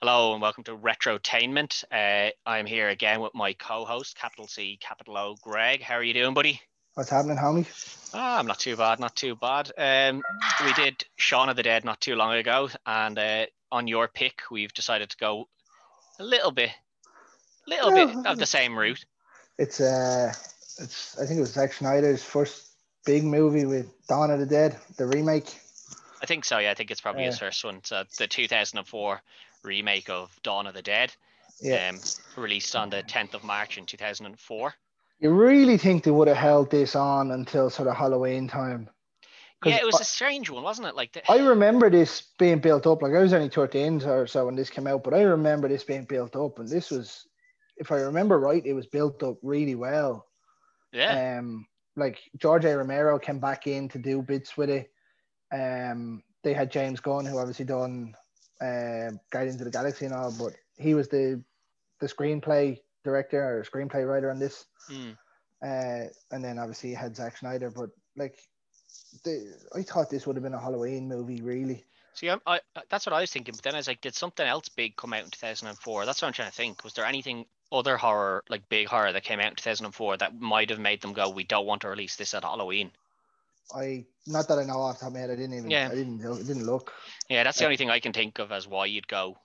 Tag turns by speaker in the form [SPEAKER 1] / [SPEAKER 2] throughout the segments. [SPEAKER 1] Hello and welcome to Retrotainment. Uh, I'm here again with my co-host, capital C, capital O, Greg. How are you doing, buddy?
[SPEAKER 2] What's happening, homie?
[SPEAKER 1] Ah, I'm not too bad, not too bad. Um, we did Shaun of the Dead not too long ago, and uh, on your pick, we've decided to go a little bit, little bit of the same route.
[SPEAKER 2] It's uh, it's I think it was Zack Snyder's first big movie with Dawn of the Dead, the remake.
[SPEAKER 1] I think so. Yeah, I think it's probably his
[SPEAKER 2] Yeah.
[SPEAKER 1] first one. So the 2004 remake of Dawn of the Dead,
[SPEAKER 2] Yeah.
[SPEAKER 1] um, released on the 10th of March in 2004.
[SPEAKER 2] You really think they would have held this on until sort of Halloween time? 'Cause
[SPEAKER 1] Yeah, it was a strange one, wasn't it? Like the,
[SPEAKER 2] I remember this being built up. Like I was only 13 or so when this came out, but I remember this being built up, and this was, if I remember right, it was built up really well.
[SPEAKER 1] yeah.
[SPEAKER 2] Um, like George A. Romero came back in to do bits with it. Um, they had James Gunn, who obviously done uh, Guardians of the Galaxy and all, but he was the the screenplay director or screenplay writer on this.
[SPEAKER 1] Hmm.
[SPEAKER 2] Uh, and then obviously you had Zack Snyder, but like, the, I thought this would have been a Halloween movie, really.
[SPEAKER 1] See, I'm, I, I- that's what I was thinking. But then I was like, did something else big come out in 2004? That's what I'm trying to think. Was there anything other horror, like big horror, that came out in 2004 that might have made them go, we don't want to release this at Halloween?
[SPEAKER 2] I not that I know off the top of my head, I didn't even,
[SPEAKER 1] Yeah.
[SPEAKER 2] I didn't, I didn't look.
[SPEAKER 1] Yeah, that's the
[SPEAKER 2] Yeah.
[SPEAKER 1] only thing I can think of as why you'd go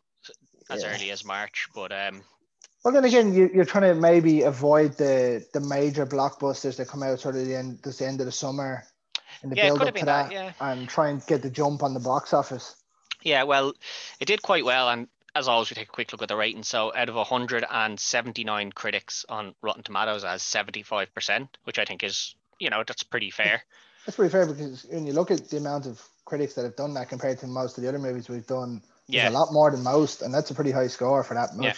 [SPEAKER 1] as
[SPEAKER 2] Uh, Yeah.
[SPEAKER 1] early as March. But um,
[SPEAKER 2] Well, then again, you, you're trying to maybe avoid the the major blockbusters that come out sort of the end, this end of the summer, and the
[SPEAKER 1] yeah, it
[SPEAKER 2] build
[SPEAKER 1] could have
[SPEAKER 2] up to
[SPEAKER 1] been
[SPEAKER 2] that,
[SPEAKER 1] that. Yeah,
[SPEAKER 2] and try and get the jump on the box office.
[SPEAKER 1] yeah. Well, it did quite well, and as always, we take a quick look at the rating. So, out of 179 critics on Rotten Tomatoes, as 75%, which I think is, you know, that's pretty fair.
[SPEAKER 2] That's pretty fair because when you look at the amount of critics that have done that compared to most of the other movies we've done, there's
[SPEAKER 1] yeah.
[SPEAKER 2] a lot more than most, and that's a pretty high score for that much.
[SPEAKER 1] Yeah.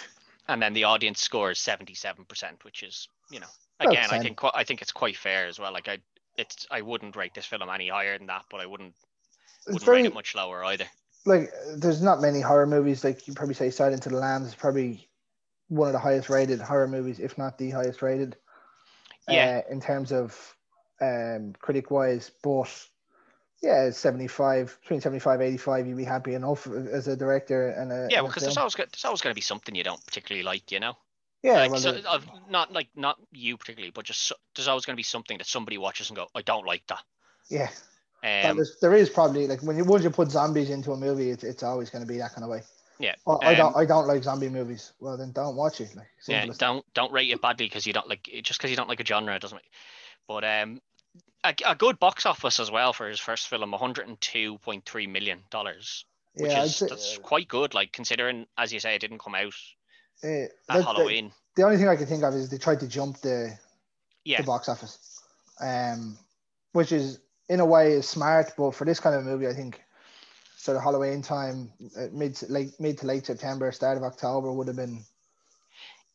[SPEAKER 1] and then the audience score is seventy-seven percent, which is you know
[SPEAKER 2] About
[SPEAKER 1] again I
[SPEAKER 2] 10.
[SPEAKER 1] think qui- I think it's quite fair as well. Like I, it's I wouldn't rate this film any higher than that, but I wouldn't
[SPEAKER 2] It's
[SPEAKER 1] wouldn't
[SPEAKER 2] very
[SPEAKER 1] rate it much lower either.
[SPEAKER 2] like uh, there's not many horror movies like you probably say Silent of the Lambs is probably one of the highest rated horror movies, if not the highest rated.
[SPEAKER 1] Yeah.
[SPEAKER 2] Uh, in terms of um, critic wise, but yeah, 75 between 75 85, you'd be happy enough as a director and a
[SPEAKER 1] Yeah,
[SPEAKER 2] and a
[SPEAKER 1] well, because there's
[SPEAKER 2] film.
[SPEAKER 1] always go- there's always going to be something you don't particularly like, you know.
[SPEAKER 2] yeah,
[SPEAKER 1] like,
[SPEAKER 2] well,
[SPEAKER 1] so,
[SPEAKER 2] the-
[SPEAKER 1] of, not like not you particularly, but just so, there's always going to be something that somebody watches and go, I don't like that.
[SPEAKER 2] yeah, but
[SPEAKER 1] Um,
[SPEAKER 2] there's, there is probably like when you once you put zombies into a movie, it's, it's always going to be that kind of way.
[SPEAKER 1] Yeah,
[SPEAKER 2] Oh, I
[SPEAKER 1] um,
[SPEAKER 2] don't I don't like zombie movies. Well, then don't watch it. Like,
[SPEAKER 1] yeah,
[SPEAKER 2] simple as that.
[SPEAKER 1] don't don't rate it badly because you don't like just because you don't like a genre doesn't make. But um, a, a good box office as well for his first film, 102.3 million dollars. which
[SPEAKER 2] yeah, I'd
[SPEAKER 1] is
[SPEAKER 2] say- eh,
[SPEAKER 1] that's quite good. Like considering, as you say, it didn't come out
[SPEAKER 2] uh,
[SPEAKER 1] at
[SPEAKER 2] that- that-
[SPEAKER 1] Halloween.
[SPEAKER 2] the only thing I can think of is they tried to jump the
[SPEAKER 1] yeah,
[SPEAKER 2] the box office, um, which is in a way is smart, but for this kind of movie, I think sort of Halloween time, uh, mid to late mid to late September, start of October would have been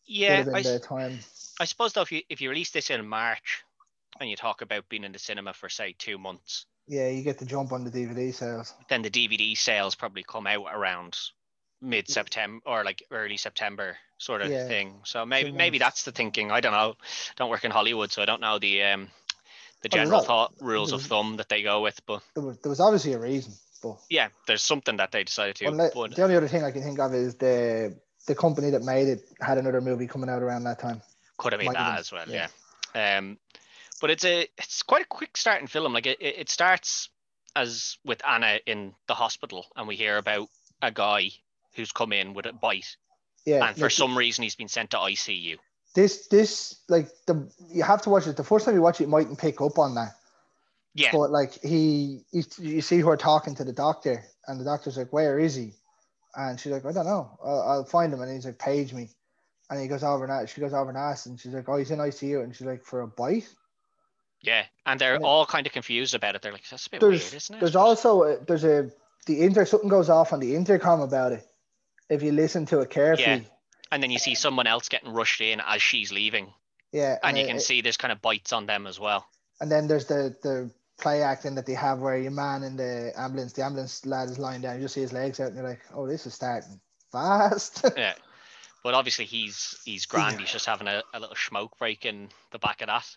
[SPEAKER 1] yeah.
[SPEAKER 2] would have
[SPEAKER 1] I,
[SPEAKER 2] been the
[SPEAKER 1] s-
[SPEAKER 2] time.
[SPEAKER 1] I suppose though, if you if you release this in March, and you talk about being in the cinema for say two months,
[SPEAKER 2] Yeah, you get the jump on the DVD sales.
[SPEAKER 1] then the DVD sales probably come out around mid September or like early September sort of
[SPEAKER 2] Yeah.
[SPEAKER 1] thing. So maybe
[SPEAKER 2] Two
[SPEAKER 1] maybe
[SPEAKER 2] months.
[SPEAKER 1] that's the thinking. I don't know. Don't work in Hollywood, so I don't know the um the
[SPEAKER 2] Oh, there's Mm-hmm.
[SPEAKER 1] general
[SPEAKER 2] al-
[SPEAKER 1] thought rules of
[SPEAKER 2] there's-
[SPEAKER 1] thumb that they go with, but
[SPEAKER 2] There was, there was obviously a reason, but
[SPEAKER 1] yeah, there's something that they decided to.
[SPEAKER 2] unless,
[SPEAKER 1] but-
[SPEAKER 2] the only other thing I can think of is the the company that made it had another movie coming out around that time.
[SPEAKER 1] could have been
[SPEAKER 2] Might have
[SPEAKER 1] that
[SPEAKER 2] been,
[SPEAKER 1] as well. Yeah.
[SPEAKER 2] yeah.
[SPEAKER 1] Um, but it's a it's quite a quick starting film. Like it, it it starts as with Anna in the hospital, and we hear about a guy who's come in with a bite,
[SPEAKER 2] Yeah,
[SPEAKER 1] and for
[SPEAKER 2] like-
[SPEAKER 1] some reason he's been sent to ICU.
[SPEAKER 2] this this like the you have to watch it. The first time you watch it, you mightn't pick up on that.
[SPEAKER 1] Yeah,
[SPEAKER 2] But like he, you, you see her talking to the doctor, and the doctor's like, "Where is he?" And she's like, "I don't know. I'll, I'll find him." And he's like, "Page me." And he goes over and asks, she goes over and asks, and she's like, "Oh, he's in ICU," and she's like, "For a bite."
[SPEAKER 1] yeah, and they're
[SPEAKER 2] Yeah.
[SPEAKER 1] all kind of confused about it. They're like, "That's a bit
[SPEAKER 2] There's
[SPEAKER 1] weird, isn't it?"
[SPEAKER 2] there's also a, there's a the inter something goes off on the intercom about it. If you listen to it carefully,
[SPEAKER 1] and then you see someone else getting rushed in as she's leaving,
[SPEAKER 2] yeah,
[SPEAKER 1] and you
[SPEAKER 2] Uh, it-
[SPEAKER 1] can see there's kind of bites on them as well.
[SPEAKER 2] And then there's the the play acting that they have where your man in the ambulance, the ambulance lad is lying down, you just see his legs out, and you're like, oh, this is starting fast. Eh,
[SPEAKER 1] Yeah. But obviously he's he's grand. He's just having a, a little smoke break in the back of that.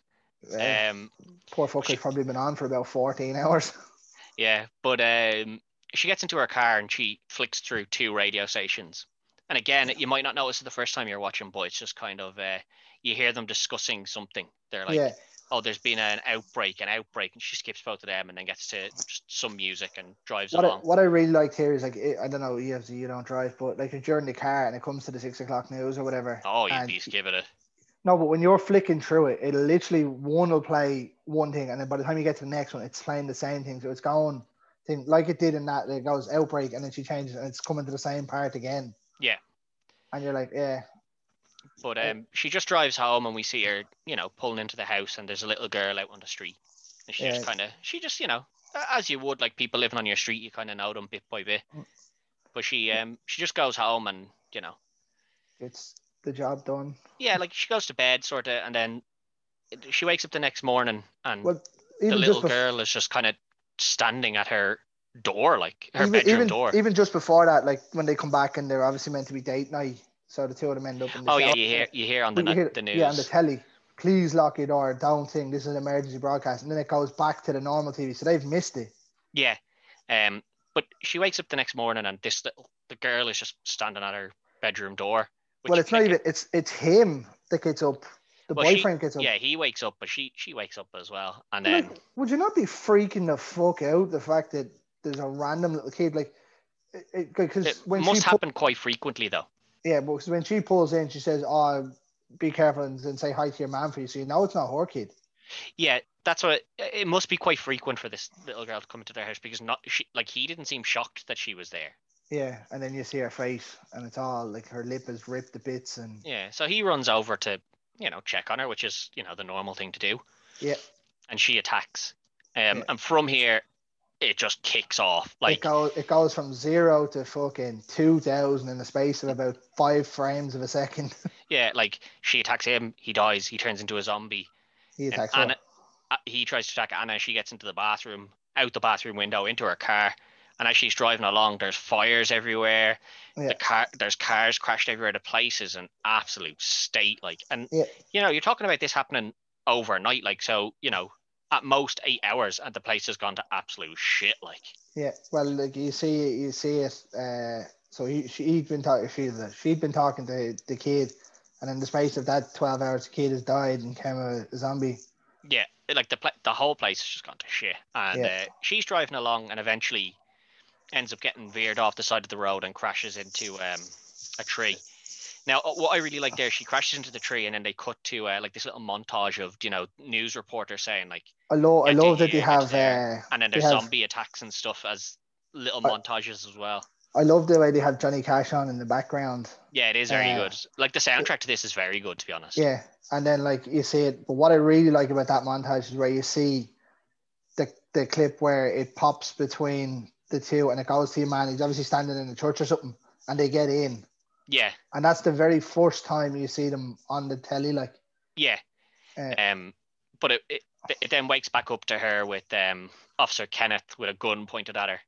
[SPEAKER 2] Yeah,
[SPEAKER 1] Um,
[SPEAKER 2] Poor fucker's probably been on for about 14 hours.
[SPEAKER 1] Yeah, but um, she gets into her car and she flicks through two radio stations, And again, you might not notice it the first time you're watching, but it's just kind of uh, you hear them discussing something. They're like,
[SPEAKER 2] yeah,
[SPEAKER 1] "Oh, there's been an outbreak, an outbreak," and she skips both of them and then gets to just some music and drives
[SPEAKER 2] what I,
[SPEAKER 1] along.
[SPEAKER 2] what I really liked here is like it, I don't know, you have you don't drive, but like you're in the car and it comes to the six o'clock news or whatever.
[SPEAKER 1] oh, you'd
[SPEAKER 2] and-
[SPEAKER 1] be skipping it.
[SPEAKER 2] No, but when you're flicking through it, it'll literally one will play one thing, and then by the time you get to the next one, it's playing the same thing. So it's going thing like it did in that it goes outbreak and then she changes and it's coming to the same part again.
[SPEAKER 1] Yeah.
[SPEAKER 2] And you're like, yeah,
[SPEAKER 1] But
[SPEAKER 2] Yeah.
[SPEAKER 1] um, she just drives home, and we see her, you know, pulling into the house, and there's a little girl out on the street, and she just
[SPEAKER 2] Yeah.
[SPEAKER 1] kind of, she just, you know, a- as you would like people living on your street, you kind of know them bit by bit.
[SPEAKER 2] Mm.
[SPEAKER 1] But she, um, she just goes home, and you know,
[SPEAKER 2] it's the job done.
[SPEAKER 1] yeah, like she goes to bed, sort of, and then she wakes up the next morning, and
[SPEAKER 2] Well,
[SPEAKER 1] the
[SPEAKER 2] even
[SPEAKER 1] little
[SPEAKER 2] just bef-
[SPEAKER 1] girl is just kind of standing at her door, like her
[SPEAKER 2] even,
[SPEAKER 1] bedroom
[SPEAKER 2] even,
[SPEAKER 1] door.
[SPEAKER 2] even just before that, like when they come back and they're obviously meant to be date night, so the two of them end up in the
[SPEAKER 1] oh yeah,
[SPEAKER 2] shower.
[SPEAKER 1] you hear, you hear on the
[SPEAKER 2] You
[SPEAKER 1] ni-
[SPEAKER 2] hear-
[SPEAKER 1] the news.
[SPEAKER 2] Yeah, on the telly. Please lock your door. Don't think this is an emergency broadcast. And then it goes back to the normal TV. So they've missed it.
[SPEAKER 1] Yeah. Um, but she wakes up the next morning and this little, the girl is just standing at her bedroom door. which
[SPEAKER 2] well, it's not
[SPEAKER 1] like,
[SPEAKER 2] even. It's it's him that gets up. The
[SPEAKER 1] Well, she-
[SPEAKER 2] boyfriend gets up.
[SPEAKER 1] Yeah, he wakes up, but she she wakes up as well. And
[SPEAKER 2] Like,
[SPEAKER 1] then
[SPEAKER 2] would you not be freaking the fuck out the fact that there's a random little kid like?
[SPEAKER 1] it
[SPEAKER 2] Because when she
[SPEAKER 1] must
[SPEAKER 2] pu-
[SPEAKER 1] happen quite frequently though.
[SPEAKER 2] yeah, because when she pulls in, she says, "Oh, be careful and, and say hi to your man for you." So you know it's not her kid.
[SPEAKER 1] Yeah, that's what it must be quite frequent for this little girl to come into their house because not she like he didn't seem shocked that she was there.
[SPEAKER 2] Yeah, and then you see her face, and it's all like her lip is ripped to bits, and
[SPEAKER 1] Yeah, so he runs over to you know check on her, which is you know the normal thing to do.
[SPEAKER 2] Yeah.
[SPEAKER 1] And she attacks, um,
[SPEAKER 2] Yeah.
[SPEAKER 1] and from here it just kicks off
[SPEAKER 2] it
[SPEAKER 1] like
[SPEAKER 2] goes it goes from zero to fucking two thousand in the space of about five frames of a second.
[SPEAKER 1] Yeah, like she attacks him, he dies, he turns into a zombie.
[SPEAKER 2] he
[SPEAKER 1] and
[SPEAKER 2] attacks her.
[SPEAKER 1] Anna, uh, he tries to attack Anna, she gets into the bathroom, out the bathroom window, into her car. And as she's driving along, there's fires everywhere.
[SPEAKER 2] Oh, Yeah.
[SPEAKER 1] The car, there's cars crashed everywhere. The place is an absolute state. Like, and
[SPEAKER 2] Yeah.
[SPEAKER 1] you know, you're talking about this happening overnight. Like, so you know, at most eight hours, and the place has gone to absolute shit. Like,
[SPEAKER 2] Yeah, well, like you see, you see it. Uh, so he, she, he'd been talking. She, she'd been talking to the kid, and in the space of that twelve hours, the kid has died and became a zombie.
[SPEAKER 1] yeah, it- like the pla the whole place has just gone to shit. And
[SPEAKER 2] Yeah.
[SPEAKER 1] uh, she's driving along and eventually ends up getting veered off the side of the road and crashes into um, a tree. Now, uh, what I really like there, she crashes into the tree and then they cut to uh, like this little montage of you know news reporters saying like,
[SPEAKER 2] I love, I
[SPEAKER 1] Yeah,
[SPEAKER 2] love
[SPEAKER 1] yeah,
[SPEAKER 2] that they
[SPEAKER 1] yeah,
[SPEAKER 2] have. Uh,
[SPEAKER 1] and then
[SPEAKER 2] They
[SPEAKER 1] there's
[SPEAKER 2] have-
[SPEAKER 1] zombie attacks and stuff as little
[SPEAKER 2] Uh,
[SPEAKER 1] montages as well.
[SPEAKER 2] I love the way they have Johnny Cash on in the background.
[SPEAKER 1] Yeah, it is very
[SPEAKER 2] uh,
[SPEAKER 1] good. Like the soundtrack to this is very good, to be honest.
[SPEAKER 2] Yeah, and then like you see it. But what I really like about that montage is where you see the the clip where it pops between the two, and it goes to a man. He's obviously standing in the church or something, and they get in,
[SPEAKER 1] yeah,
[SPEAKER 2] and that's the very first time you see them on the telly, like.
[SPEAKER 1] yeah.
[SPEAKER 2] Uh,
[SPEAKER 1] um, but it, it it then wakes back up to her with um Officer Kenneth with a gun pointed at her.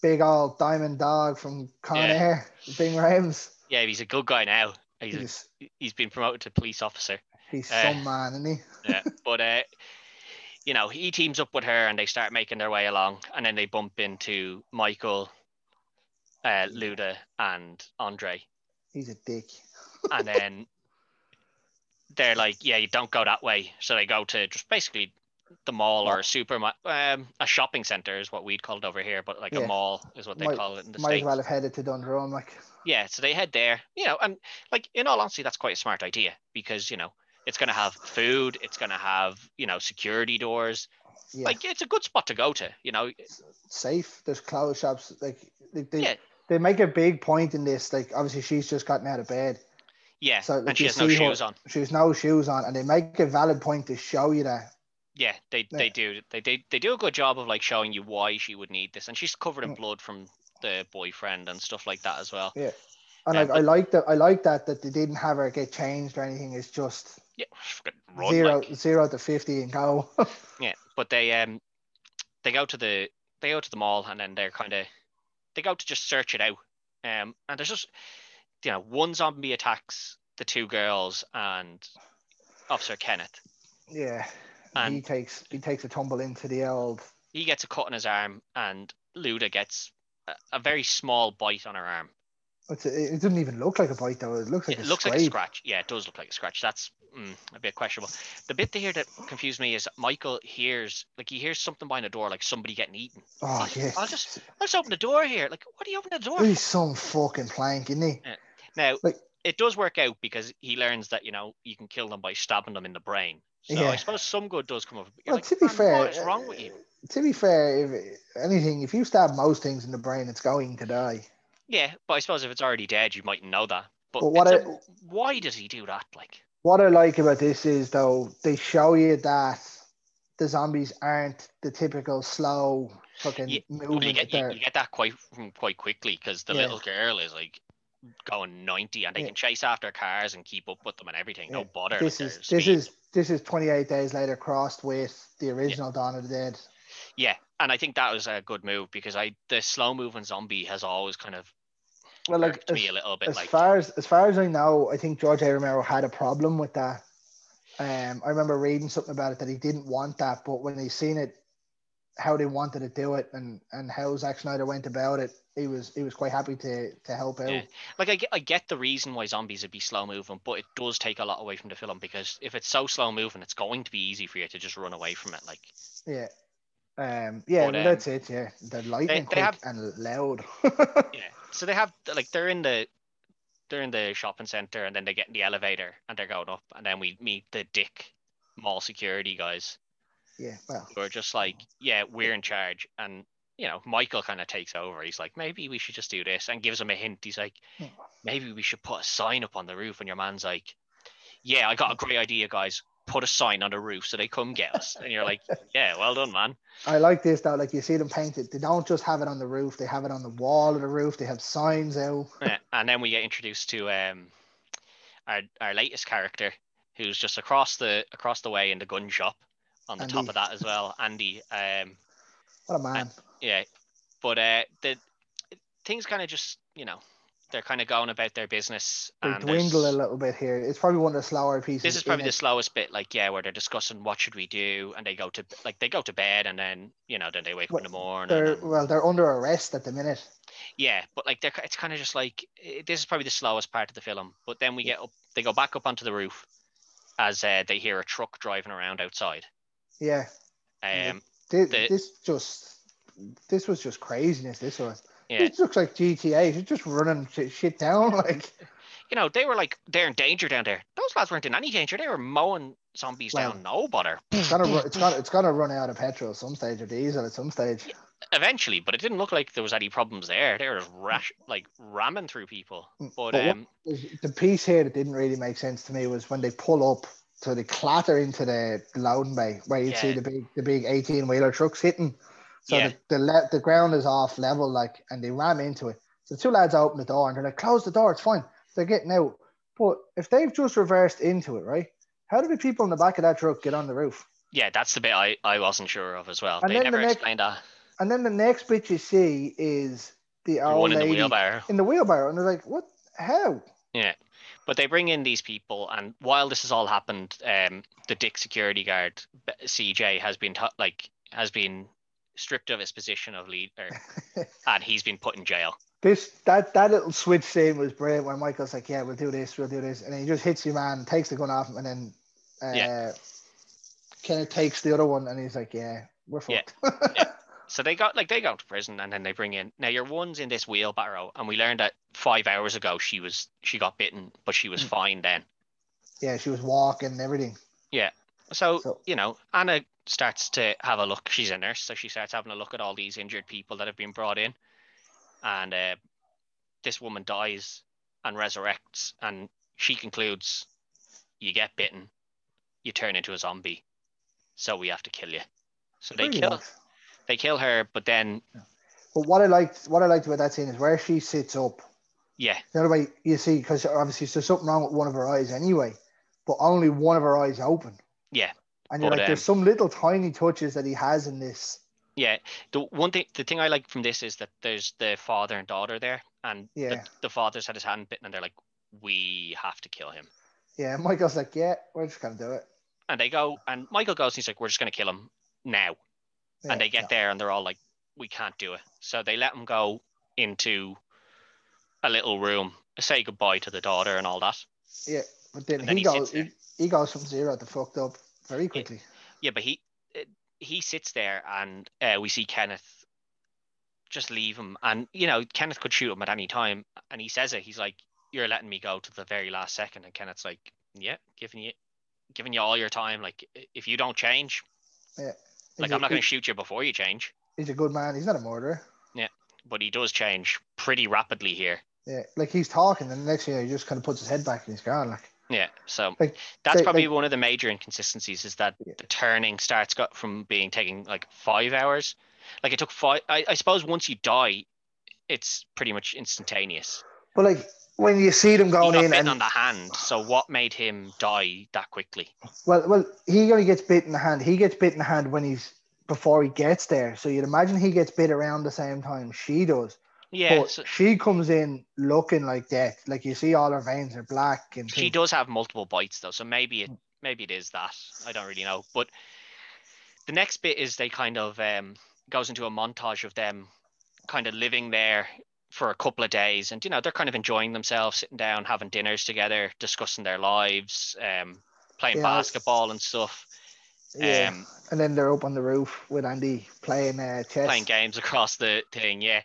[SPEAKER 2] big old diamond dog from Con
[SPEAKER 1] Yeah.
[SPEAKER 2] Air, Bing Rames.
[SPEAKER 1] Yeah, he's a good guy now. He's
[SPEAKER 2] He's,
[SPEAKER 1] a, he's been promoted to police officer.
[SPEAKER 2] he's
[SPEAKER 1] Uh,
[SPEAKER 2] some man, isn't he?
[SPEAKER 1] Yeah, but uh, you know he teams up with her and they start making their way along, and then they bump into Michael, uh, Luda, and Andre,
[SPEAKER 2] He's a dick.
[SPEAKER 1] and then they're like, "Yeah, you don't go that way." So they go to just basically the mall or a supermarket, um, a shopping center is what we'd call it over here, but like
[SPEAKER 2] Yeah.
[SPEAKER 1] a mall is what they
[SPEAKER 2] Might-
[SPEAKER 1] call it in the
[SPEAKER 2] Might
[SPEAKER 1] states.
[SPEAKER 2] as well have headed to Dundrum. Like,
[SPEAKER 1] Yeah, so they head there, you know, and like in all honesty, that's quite a smart idea because you know it's going to have food, it's going to have you know security doors.
[SPEAKER 2] yeah,
[SPEAKER 1] Like it's a good spot to go to, you know.
[SPEAKER 2] safe. There's clothes shops. Like, they, they,
[SPEAKER 1] Yeah.
[SPEAKER 2] they make a big point in this. Like, obviously, she's just gotten out of bed.
[SPEAKER 1] Yeah,
[SPEAKER 2] So, like,
[SPEAKER 1] and she
[SPEAKER 2] you
[SPEAKER 1] has no
[SPEAKER 2] see her-
[SPEAKER 1] shoes on.
[SPEAKER 2] She's no shoes on, and they make a valid point to show you that.
[SPEAKER 1] Yeah, they they
[SPEAKER 2] Yeah.
[SPEAKER 1] do they, they they do a good job of like showing you why she would need this, and she's covered in
[SPEAKER 2] Mm.
[SPEAKER 1] blood from the boyfriend and stuff like that as well.
[SPEAKER 2] And
[SPEAKER 1] Yeah,
[SPEAKER 2] like, I like that. I like that that they didn't have her get changed or anything. It's just
[SPEAKER 1] Yeah, fucking run,
[SPEAKER 2] zero,
[SPEAKER 1] like.
[SPEAKER 2] zero to fifty and go.
[SPEAKER 1] Yeah, but they um they go to the they go to the mall and then they're kind of they go to just search it out. Um, and there's just you know one zombie attacks the two girls and Officer Kenneth.
[SPEAKER 2] yeah, he
[SPEAKER 1] And-
[SPEAKER 2] takes he takes a tumble into the old
[SPEAKER 1] He gets a cut on his arm and Luda gets a, a very small bite on her arm.
[SPEAKER 2] It's a, it doesn't even look like a bite though. It looks like
[SPEAKER 1] it
[SPEAKER 2] a
[SPEAKER 1] looks
[SPEAKER 2] scrape.
[SPEAKER 1] like a scratch. Yeah, it does look like a scratch. That's mm, a bit questionable. The bit here that confused me is Michael hears, like, he hears something behind the door, like somebody getting eaten.
[SPEAKER 2] Oh yeah.
[SPEAKER 1] I'll just- Let's open the door here. Like, what are you opening the door? for?
[SPEAKER 2] He's some fucking plank, isn't he?
[SPEAKER 1] Now,
[SPEAKER 2] Like-
[SPEAKER 1] it does work out because he learns that you know you can kill them by stabbing them in the brain. So
[SPEAKER 2] Yeah.
[SPEAKER 1] I suppose some good does come of it. but You're
[SPEAKER 2] Well,
[SPEAKER 1] like,
[SPEAKER 2] to be
[SPEAKER 1] "Man,
[SPEAKER 2] fair, uh,
[SPEAKER 1] what is wrong with you?
[SPEAKER 2] To be fair, if anything, if you stab most things in the brain, it's going to die.
[SPEAKER 1] Yeah, but I suppose if it's already dead, you mightn't know that. But,
[SPEAKER 2] But what
[SPEAKER 1] it's a- why does he do that? Like,
[SPEAKER 2] What I like about this is though they show you that the zombies aren't the typical slow fucking
[SPEAKER 1] Yeah, well, you
[SPEAKER 2] movement.
[SPEAKER 1] get you,
[SPEAKER 2] they're-
[SPEAKER 1] you get that quite from quite quickly because the
[SPEAKER 2] Yeah.
[SPEAKER 1] little girl is like going ninety, and they
[SPEAKER 2] Yeah.
[SPEAKER 1] can chase after cars and keep up with them and everything. No
[SPEAKER 2] Yeah.
[SPEAKER 1] bother.
[SPEAKER 2] this
[SPEAKER 1] like,
[SPEAKER 2] is
[SPEAKER 1] their
[SPEAKER 2] this
[SPEAKER 1] speed.
[SPEAKER 2] is this is 28 days later crossed with the original Dawn of the Dead.
[SPEAKER 1] yeah, and I think that was a good move because I the slow moving zombie has always kind of
[SPEAKER 2] Well, like
[SPEAKER 1] irked me a little bit.
[SPEAKER 2] as
[SPEAKER 1] Like,
[SPEAKER 2] far as as far as I know, I think George A. Romero had a problem with that. Um, I remember reading something about it that he didn't want that, but when he seen it, how they wanted to do it, and and how Zack Snyder went about it, he was he was quite happy to to help out.
[SPEAKER 1] Yeah. like I get, I get the reason why zombies would be slow moving, but it does take a lot away from the film because if it's so slow moving, it's going to be easy for you to just run away from it. Like
[SPEAKER 2] Yeah, um, yeah,
[SPEAKER 1] But,
[SPEAKER 2] well,
[SPEAKER 1] um,
[SPEAKER 2] that's it. Yeah, they're lightning
[SPEAKER 1] they
[SPEAKER 2] quick
[SPEAKER 1] have-
[SPEAKER 2] and loud.
[SPEAKER 1] yeah, so they have like they're in the they're in the shopping center and then they get in the elevator and they're going up and then we meet the dick mall security guys
[SPEAKER 2] yeah, well,
[SPEAKER 1] who are just like yeah we're in charge and you know michael kind of takes over he's like maybe we should just do this and gives him a hint he's like
[SPEAKER 2] Yeah.
[SPEAKER 1] maybe we should put a sign up on the roof and your man's like yeah i got a great idea guys put a sign on the roof so they come get us and you're like yeah well done man
[SPEAKER 2] I like this though. Like you see them painted. They don't just have it on the roof. They have it on the wall of the roof. They have signs out.
[SPEAKER 1] Yeah, Eh, and then we get introduced to um our our latest character who's just across the across the way in the gun shop on the top
[SPEAKER 2] Andy.
[SPEAKER 1] of that as well andy um
[SPEAKER 2] What a man.
[SPEAKER 1] yeah but uh the things kind of just you know they're kind of going about their business
[SPEAKER 2] They
[SPEAKER 1] and there's-
[SPEAKER 2] dwindle a little bit here. It's probably one of the slower pieces.
[SPEAKER 1] this is
[SPEAKER 2] in
[SPEAKER 1] probably
[SPEAKER 2] it.
[SPEAKER 1] the slowest bit like yeah where they're discussing what should we do and they go to like they go to bed and then you know then they wake
[SPEAKER 2] Well,
[SPEAKER 1] up in the morning
[SPEAKER 2] They're
[SPEAKER 1] and-
[SPEAKER 2] well, they're under arrest at the minute.
[SPEAKER 1] Yeah, but like they're, ki- it's kind of just like eh, this is probably the slowest part of the film. But then we get up, they go back up onto the roof as uh, they hear a truck driving around outside.
[SPEAKER 2] Yeah, Yeah.
[SPEAKER 1] Um,
[SPEAKER 2] this,
[SPEAKER 1] The-
[SPEAKER 2] this just this was just craziness. This was.
[SPEAKER 1] Yeah.
[SPEAKER 2] This looks like GTA. You're just running shit, shit down like.
[SPEAKER 1] you know, they were like they're in danger down there. Those lads weren't in any danger. They were mowing zombies
[SPEAKER 2] Well-
[SPEAKER 1] down. No bother.
[SPEAKER 2] It's gonna run, it's gonna it's gonna run out of petrol at some stage or diesel at some stage.
[SPEAKER 1] Eventually, but it didn't look like there was any problems there. They were just rash, like ramming through people.
[SPEAKER 2] Mm,
[SPEAKER 1] But,
[SPEAKER 2] but what-
[SPEAKER 1] um,
[SPEAKER 2] The piece here that didn't really make sense to me was when they pull up, so they clatter into the loading bay where you would see
[SPEAKER 1] Yeah.
[SPEAKER 2] the big the big eighteen wheeler trucks hitting. So
[SPEAKER 1] Yeah.
[SPEAKER 2] the the, le- the ground is off level, like, and they ram into it. So two lads open the door and they're like, "Close the door, it's fine." They're getting out, but if they've just reversed into it, right? How did the people in the back of that truck get on the roof?
[SPEAKER 1] yeah, that's the bit I, I wasn't sure of as well.
[SPEAKER 2] And
[SPEAKER 1] They
[SPEAKER 2] then the
[SPEAKER 1] never
[SPEAKER 2] next-
[SPEAKER 1] explained that.
[SPEAKER 2] And then the next bit you see is the
[SPEAKER 1] The
[SPEAKER 2] old
[SPEAKER 1] one in the
[SPEAKER 2] lady
[SPEAKER 1] wheelbarrow.
[SPEAKER 2] in the wheelbarrow, and they're like, "What? How?"
[SPEAKER 1] But they bring in these people, and while this has all happened, um, the Dick security guard B- CJ has been t- like has been stripped of his position of leader, and he's been put in jail.
[SPEAKER 2] This that that little switch scene was brilliant when Michael's like, Yeah, we'll do this, we'll do this, and then he just hits your man, takes the gun off him, and then uh
[SPEAKER 1] Yeah.
[SPEAKER 2] Kenneth takes the other one and he's like, Yeah, we're
[SPEAKER 1] Yeah.
[SPEAKER 2] fucked.
[SPEAKER 1] So they got like they go to prison, and then they bring in now your one's in this wheelbarrow, and we learned that five hours ago she was she got bitten, but she was
[SPEAKER 2] Mm.
[SPEAKER 1] fine then.
[SPEAKER 2] yeah, she was walking and everything.
[SPEAKER 1] So,
[SPEAKER 2] So-
[SPEAKER 1] you know, Anna starts to have a look. She's a nurse, so she starts having a look at all these injured people that have been brought in, and uh, this woman dies and resurrects, and she concludes, "You get bitten, you turn into a zombie, so we have to kill you." So they
[SPEAKER 2] Pretty
[SPEAKER 1] kill
[SPEAKER 2] much.
[SPEAKER 1] they kill her, but then
[SPEAKER 2] But what I liked what I liked about that scene is where she sits up.
[SPEAKER 1] yeah,
[SPEAKER 2] The other way you see, because obviously there's something wrong with one of her eyes anyway, but only one of her eyes open.
[SPEAKER 1] Yeah.
[SPEAKER 2] And you're
[SPEAKER 1] But, um,
[SPEAKER 2] like, there's some little tiny touches that he has in this.
[SPEAKER 1] Yeah, the one thing, the thing I like from this is that there's the father and daughter there, and the-
[SPEAKER 2] Yeah.
[SPEAKER 1] the father's had his hand bitten, and they're like, "We have to kill him."
[SPEAKER 2] Yeah, Michael's like, Yeah, we're just gonna do it.
[SPEAKER 1] and they go and Michael goes and he's like, "We're just gonna kill him now."
[SPEAKER 2] Yeah,
[SPEAKER 1] and they get
[SPEAKER 2] no.
[SPEAKER 1] there and they're all like, "We can't do it." So they let him go into a little room, say goodbye to the daughter and all that.
[SPEAKER 2] Yeah, but then,
[SPEAKER 1] And then
[SPEAKER 2] he,
[SPEAKER 1] he
[SPEAKER 2] goes.
[SPEAKER 1] sits there.
[SPEAKER 2] He, he goes from zero to fucked up very quickly.
[SPEAKER 1] Yeah, but he uh, he sits there and uh, we see Kenneth just leave him, and you know Kenneth could shoot him at any time, and he says it. He's like, "You're letting me go to the very last second," and Kenneth's like, "Yeah, giving you giving you all your time. Like i- if you don't change,
[SPEAKER 2] He's
[SPEAKER 1] like
[SPEAKER 2] a-
[SPEAKER 1] I'm not going
[SPEAKER 2] he-
[SPEAKER 1] to shoot you before you change."
[SPEAKER 2] He's a good man. He's not a murderer.
[SPEAKER 1] But he does change pretty rapidly here.
[SPEAKER 2] Yeah, like he's talking, and the next thing you know, he just kind of puts his head back and he's gone. Like,
[SPEAKER 1] Yeah, so
[SPEAKER 2] Like,
[SPEAKER 1] that's
[SPEAKER 2] they-
[SPEAKER 1] probably
[SPEAKER 2] like-
[SPEAKER 1] one of the major inconsistencies is that
[SPEAKER 2] Yeah.
[SPEAKER 1] the turning starts got from being taking like five hours. Like it took five. I, I suppose once you die, it's pretty much instantaneous.
[SPEAKER 2] but like when you see them
[SPEAKER 1] He
[SPEAKER 2] going
[SPEAKER 1] got
[SPEAKER 2] in,
[SPEAKER 1] bitten
[SPEAKER 2] and
[SPEAKER 1] on the hand. So what made him die that quickly?
[SPEAKER 2] well, well, he only gets bit in the hand. He gets bit in the hand when he's before he gets there. So you'd imagine he gets bit around the same time she does.
[SPEAKER 1] Yeah,
[SPEAKER 2] but
[SPEAKER 1] so
[SPEAKER 2] she comes in looking like death. Like you see, all her veins are black, and
[SPEAKER 1] she
[SPEAKER 2] things.
[SPEAKER 1] does have multiple bites though. So maybe
[SPEAKER 2] Hmm.
[SPEAKER 1] it maybe it is that. I don't really know. But the next bit is they kind of um, goes into a montage of them kind of living there for a couple of days and you know they're kind of enjoying themselves sitting down having dinners together discussing their lives um, playing
[SPEAKER 2] Yeah.
[SPEAKER 1] basketball and stuff
[SPEAKER 2] yeah.
[SPEAKER 1] um,
[SPEAKER 2] and then they're up on the roof with Andy playing uh, chess.
[SPEAKER 1] playing games across the thing yeah
[SPEAKER 2] I,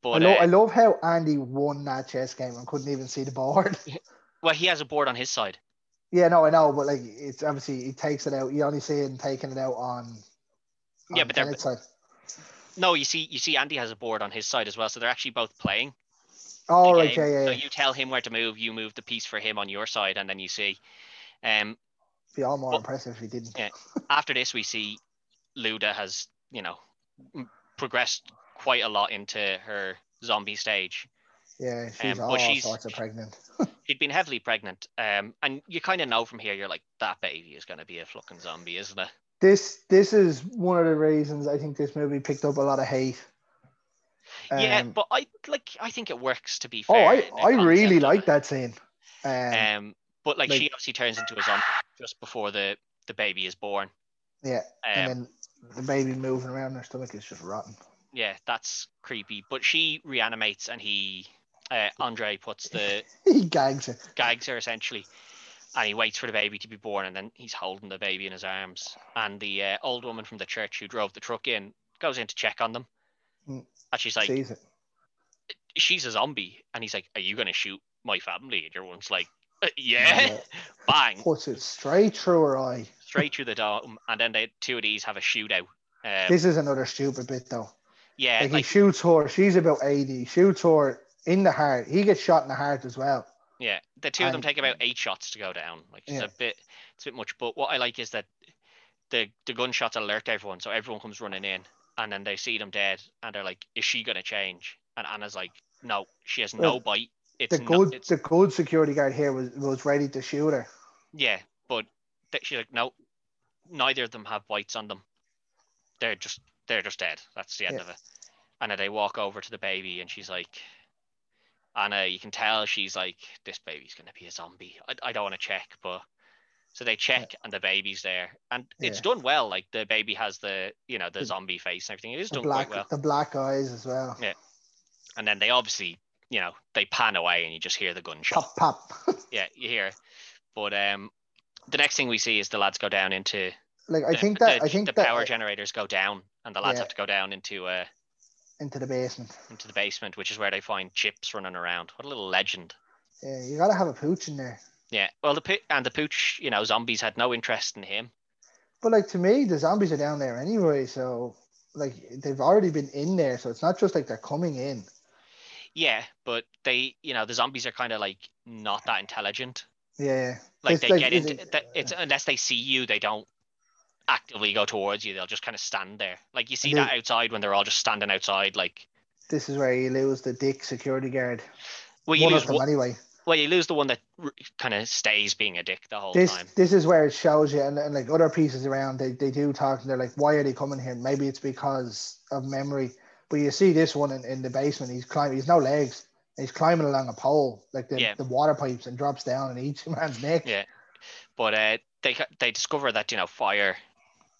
[SPEAKER 1] but
[SPEAKER 2] lo- I
[SPEAKER 1] uh,
[SPEAKER 2] love how Andy won that chess game and couldn't even see the board.
[SPEAKER 1] well he has a board on his side
[SPEAKER 2] yeah, no, I know, but like it's obviously he takes it out. You only see him taking it out on.
[SPEAKER 1] Yeah,
[SPEAKER 2] on
[SPEAKER 1] but they're-
[SPEAKER 2] Kenneth's side.
[SPEAKER 1] no you see you see andy has a board on his side as well so they're actually both playing the
[SPEAKER 2] oh right,
[SPEAKER 1] game.
[SPEAKER 2] yeah, yeah,
[SPEAKER 1] Um, so
[SPEAKER 2] yeah.
[SPEAKER 1] you tell him where to move you move the piece for him on your side and then you see um,
[SPEAKER 2] be all more
[SPEAKER 1] Well-
[SPEAKER 2] impressive if he didn't.
[SPEAKER 1] Yeah. after this we see luda has you know m- progressed quite a lot into her zombie stage
[SPEAKER 2] Yeah, she's
[SPEAKER 1] Um,
[SPEAKER 2] all
[SPEAKER 1] but she's-
[SPEAKER 2] sorts of pregnant.
[SPEAKER 1] she'd been heavily pregnant um and you kind of know from here you're like that baby is going to be a fucking zombie isn't it
[SPEAKER 2] This this is one of the reasons I think this movie picked up a lot of hate.
[SPEAKER 1] yeah
[SPEAKER 2] Um,
[SPEAKER 1] but i like i think it works to be
[SPEAKER 2] oh,
[SPEAKER 1] fair
[SPEAKER 2] I
[SPEAKER 1] in the
[SPEAKER 2] I really
[SPEAKER 1] concept of
[SPEAKER 2] like that scene. Um,
[SPEAKER 1] it. um but like,
[SPEAKER 2] like-
[SPEAKER 1] she obviously turns into a zombie just before the the baby is born
[SPEAKER 2] yeah,
[SPEAKER 1] um,
[SPEAKER 2] and then the baby moving around in her stomach is just rotten.
[SPEAKER 1] yeah that's creepy but she reanimates and he uh, andre puts the
[SPEAKER 2] he gags it.
[SPEAKER 1] gags her essentially, and he waits for the baby to be born, and then he's holding the baby in his arms. And the uh, old woman from the church who drove the truck in goes in to check on them,
[SPEAKER 2] Mm.
[SPEAKER 1] and she's like,
[SPEAKER 2] sees it.
[SPEAKER 1] "She's a zombie," and he's like, "Are you gonna shoot my family?" And your one's like, "Uh, "Yeah, bang!"
[SPEAKER 2] puts it straight through her eye.
[SPEAKER 1] Straight through the dome, and then they two of these have a shootout. Um,
[SPEAKER 2] This is another stupid bit though.
[SPEAKER 1] yeah,
[SPEAKER 2] like, he
[SPEAKER 1] like
[SPEAKER 2] shoots her. She's about eighty. Shoots her in the heart. He gets shot in the heart as well.
[SPEAKER 1] Yeah, the two of them
[SPEAKER 2] And-
[SPEAKER 1] take about eight shots to go down. Like it's
[SPEAKER 2] Yeah.
[SPEAKER 1] a bit, it's a bit much. But what I like is that the the gunshots alert everyone, so everyone comes running in, and then they see them dead, and they're like, "Is she gonna change?" And Anna's like, "No, she has no
[SPEAKER 2] Well,
[SPEAKER 1] bite. It's
[SPEAKER 2] The
[SPEAKER 1] no-
[SPEAKER 2] good,
[SPEAKER 1] it's,
[SPEAKER 2] the good security guard here was, was ready to shoot her.
[SPEAKER 1] yeah." But th- she's like, "No, neither of them have bites on them. They're just they're just dead. That's the end
[SPEAKER 2] Yeah.
[SPEAKER 1] of it." And then they walk over to the baby, and she's like. Anna, you can tell she's like, this baby's gonna be a zombie. I, I don't want to check, but so they check and the baby's there, and it's
[SPEAKER 2] Yeah.
[SPEAKER 1] done well. Like the baby has the you know the
[SPEAKER 2] The-
[SPEAKER 1] zombie face and everything. It is
[SPEAKER 2] The
[SPEAKER 1] done
[SPEAKER 2] black,
[SPEAKER 1] quite well.
[SPEAKER 2] the black eyes as well.
[SPEAKER 1] Yeah. And then they obviously you know they pan away and you just hear the gunshot.
[SPEAKER 2] Pop, pop.
[SPEAKER 1] Yeah, you hear. it. But um, the next thing we see is the lads go down into.
[SPEAKER 2] like I
[SPEAKER 1] the-
[SPEAKER 2] think that
[SPEAKER 1] the,
[SPEAKER 2] I think
[SPEAKER 1] the
[SPEAKER 2] that
[SPEAKER 1] power generators go down, and the lads
[SPEAKER 2] Yeah.
[SPEAKER 1] have to go down into uh
[SPEAKER 2] into the basement.
[SPEAKER 1] into the basement, which is where they find chips running around. What a little legend.
[SPEAKER 2] Yeah, you gotta have a pooch in there.
[SPEAKER 1] Yeah. Well, the poo- and the pooch, you know, zombies had no interest in him.
[SPEAKER 2] But like to me, the zombies are down there anyway, so like they've already been in there, so it's not just like they're coming in.
[SPEAKER 1] Yeah, but they, you know, the zombies are kind of like not that intelligent.
[SPEAKER 2] Yeah,
[SPEAKER 1] Like
[SPEAKER 2] It's
[SPEAKER 1] they
[SPEAKER 2] like-
[SPEAKER 1] get
[SPEAKER 2] is
[SPEAKER 1] into
[SPEAKER 2] it-
[SPEAKER 1] that. It's unless they see you, they don't actively go towards you. They'll just kind of stand there. Like you see
[SPEAKER 2] And they-
[SPEAKER 1] that outside when they're all just standing outside. Like,
[SPEAKER 2] this is where you lose the dick security guard.
[SPEAKER 1] well, you
[SPEAKER 2] One
[SPEAKER 1] lose.
[SPEAKER 2] of them
[SPEAKER 1] One,
[SPEAKER 2] anyway.
[SPEAKER 1] well, you lose the one that kind of stays being a dick the whole
[SPEAKER 2] this
[SPEAKER 1] time.
[SPEAKER 2] this is where it shows you and, and like other pieces around they, they do talk and they're like why are they coming here maybe it's because of memory but you see this one in, in the basement he's climbing he's no legs he's climbing along a pole like the,
[SPEAKER 1] Yeah.
[SPEAKER 2] the water pipes and drops down and eats your man's neck
[SPEAKER 1] Yeah. But uh, they ca- they discover that you know fire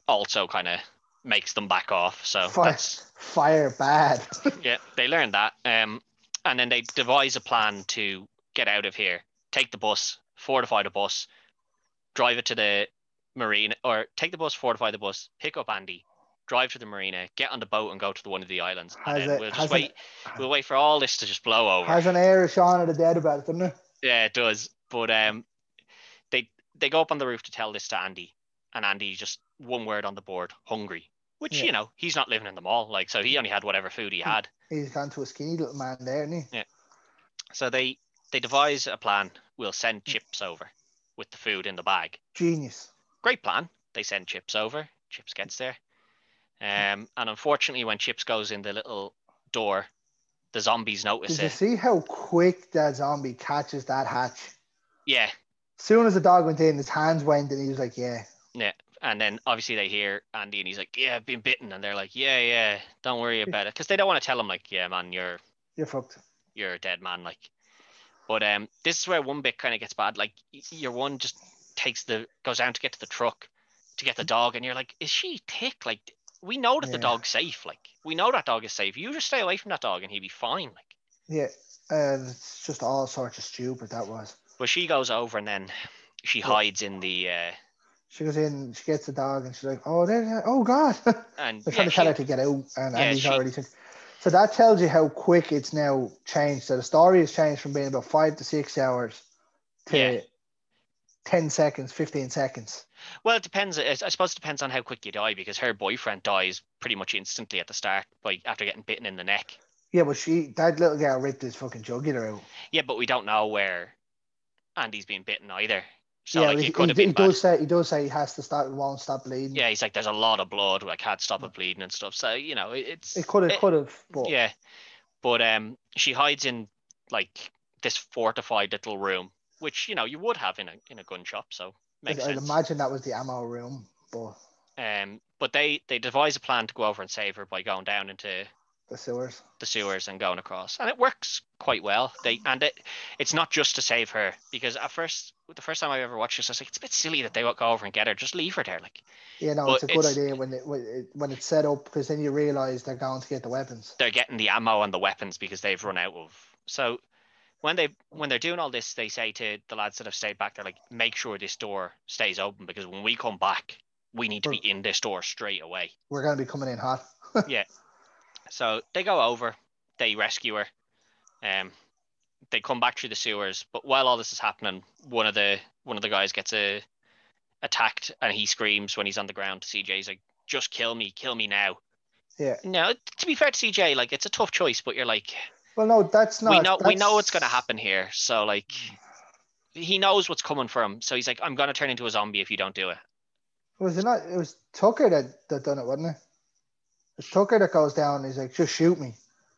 [SPEAKER 1] also kind of makes them back off. So
[SPEAKER 2] fire,
[SPEAKER 1] that's
[SPEAKER 2] fire bad
[SPEAKER 1] yeah, they learned that. Um, and then they devise a plan to get out of here, take the bus, fortify the bus, drive it to the marina, or take the bus, fortify the bus, pick up Andy, drive to the marina, get on the boat, and go to the, one of the islands. And
[SPEAKER 2] Has
[SPEAKER 1] then
[SPEAKER 2] it-
[SPEAKER 1] we'll
[SPEAKER 2] has
[SPEAKER 1] just
[SPEAKER 2] it-
[SPEAKER 1] wait. we'll wait for all this to just blow over.
[SPEAKER 2] Has an air of Shaun of the Dead about it, doesn't it?
[SPEAKER 1] Yeah, it does. But um, they they go up on the roof to tell this to Andy, and Andy just one word on the board: hungry. Which
[SPEAKER 2] Yeah.
[SPEAKER 1] you know he's not living in the mall, like so he only had whatever food he had.
[SPEAKER 2] He's gone to a skinny little man there, isn't he?
[SPEAKER 1] So they they devise a plan. We'll send chips over with the food in the bag.
[SPEAKER 2] Genius.
[SPEAKER 1] Great plan. They send chips over. Chips gets there, um, and unfortunately, when Chips goes in the little door, the zombies notice
[SPEAKER 2] Did you
[SPEAKER 1] it.
[SPEAKER 2] see how quick that zombie catches that hatch?
[SPEAKER 1] Yeah,
[SPEAKER 2] Soon as the dog went in, his hands went, and he was like, "Yeah,
[SPEAKER 1] And then obviously they hear Andy and he's like, Yeah, I've been bitten. And they're like, Yeah, yeah, don't worry about it. Because they don't want to tell him, like, yeah, man, you're
[SPEAKER 2] you're fucked."
[SPEAKER 1] you're a dead man, like. But um this is where one bit kind of gets bad. Like y- your one just takes the goes down to get to the truck to get the dog, and you're like, Is she tick? Like we know that the
[SPEAKER 2] Mm. Yeah.
[SPEAKER 1] dog's safe. Like we know that dog is safe. You just stay away from that dog and he'd be fine. Like
[SPEAKER 2] Yeah, uh, it's just all sorts of stupid that was.
[SPEAKER 1] but she goes over and then she hides in the uh
[SPEAKER 2] She goes in, she gets the dog, and she's like, "Oh, there, there- oh God!" They're
[SPEAKER 1] and
[SPEAKER 2] trying
[SPEAKER 1] yeah,
[SPEAKER 2] to tell
[SPEAKER 1] she-
[SPEAKER 2] her to get out, and
[SPEAKER 1] Yeah,
[SPEAKER 2] Andy's
[SPEAKER 1] she-
[SPEAKER 2] already took. So that tells you how quick it's now changed. So the story has changed from being about five to six hours to
[SPEAKER 1] Yeah.
[SPEAKER 2] ten seconds, fifteen seconds.
[SPEAKER 1] Well, it depends. I I suppose it depends on how quick you die because her boyfriend dies pretty much instantly at the start by after getting bitten in the neck.
[SPEAKER 2] Yeah, but she, that little girl ripped his fucking jugular out.
[SPEAKER 1] Yeah, but we don't know where Andy's been bitten either. So
[SPEAKER 2] yeah,
[SPEAKER 1] like
[SPEAKER 2] he,
[SPEAKER 1] it could
[SPEAKER 2] he,
[SPEAKER 1] have
[SPEAKER 2] he
[SPEAKER 1] been bad.
[SPEAKER 2] does say he does say he has to start, won't stop bleeding.
[SPEAKER 1] Yeah, he's like, there's a lot of blood. I can't stop it bleeding and stuff. So you know, it, it's
[SPEAKER 2] it could have,
[SPEAKER 1] it-
[SPEAKER 2] could have, but
[SPEAKER 1] yeah. But um, she hides in like this fortified little room, which you know you would have in a in a gun shop. So
[SPEAKER 2] I'd,
[SPEAKER 1] makes
[SPEAKER 2] I'd
[SPEAKER 1] sense.
[SPEAKER 2] imagine that was the ammo room, but
[SPEAKER 1] Um, but they they devise a plan to go over and save her by going down into
[SPEAKER 2] the sewers.
[SPEAKER 1] the sewers and going across, and it works quite well. They and it, it's not just to save her because at first, the first time I ever watched this, I was like, it's a bit silly that they won't go over and get her. Just leave her there. Like
[SPEAKER 2] Yeah, no,
[SPEAKER 1] But
[SPEAKER 2] it's a good
[SPEAKER 1] it's-
[SPEAKER 2] idea when it, when it when it's set up because then you realize they're going to get the weapons.
[SPEAKER 1] they're getting the ammo and the weapons because they've run out of. So when they when they're doing all this, they say to the lads that have stayed back, they're like, make sure this door stays open because when we come back, we need to be in this door straight away.
[SPEAKER 2] We're going to be coming in hot.
[SPEAKER 1] So they go over, they rescue her, um, they come back through the sewers. But while all this is happening, one of the one of the guys gets uh attacked, and he screams when he's on the ground. CJ's like, "Just kill me, kill me now."
[SPEAKER 2] Yeah.
[SPEAKER 1] No, to be fair to CJ, like it's a tough choice, but you're like,
[SPEAKER 2] Well, no, that's not.
[SPEAKER 1] we know we know what's gonna
[SPEAKER 2] that's-
[SPEAKER 1] happen here. So like, he knows what's coming for him. So he's like, "I'm gonna turn into a zombie if you don't do it."
[SPEAKER 2] Was it not? It was Tucker that, that done it, wasn't it? It's Tucker that goes down. He's like, just shoot me.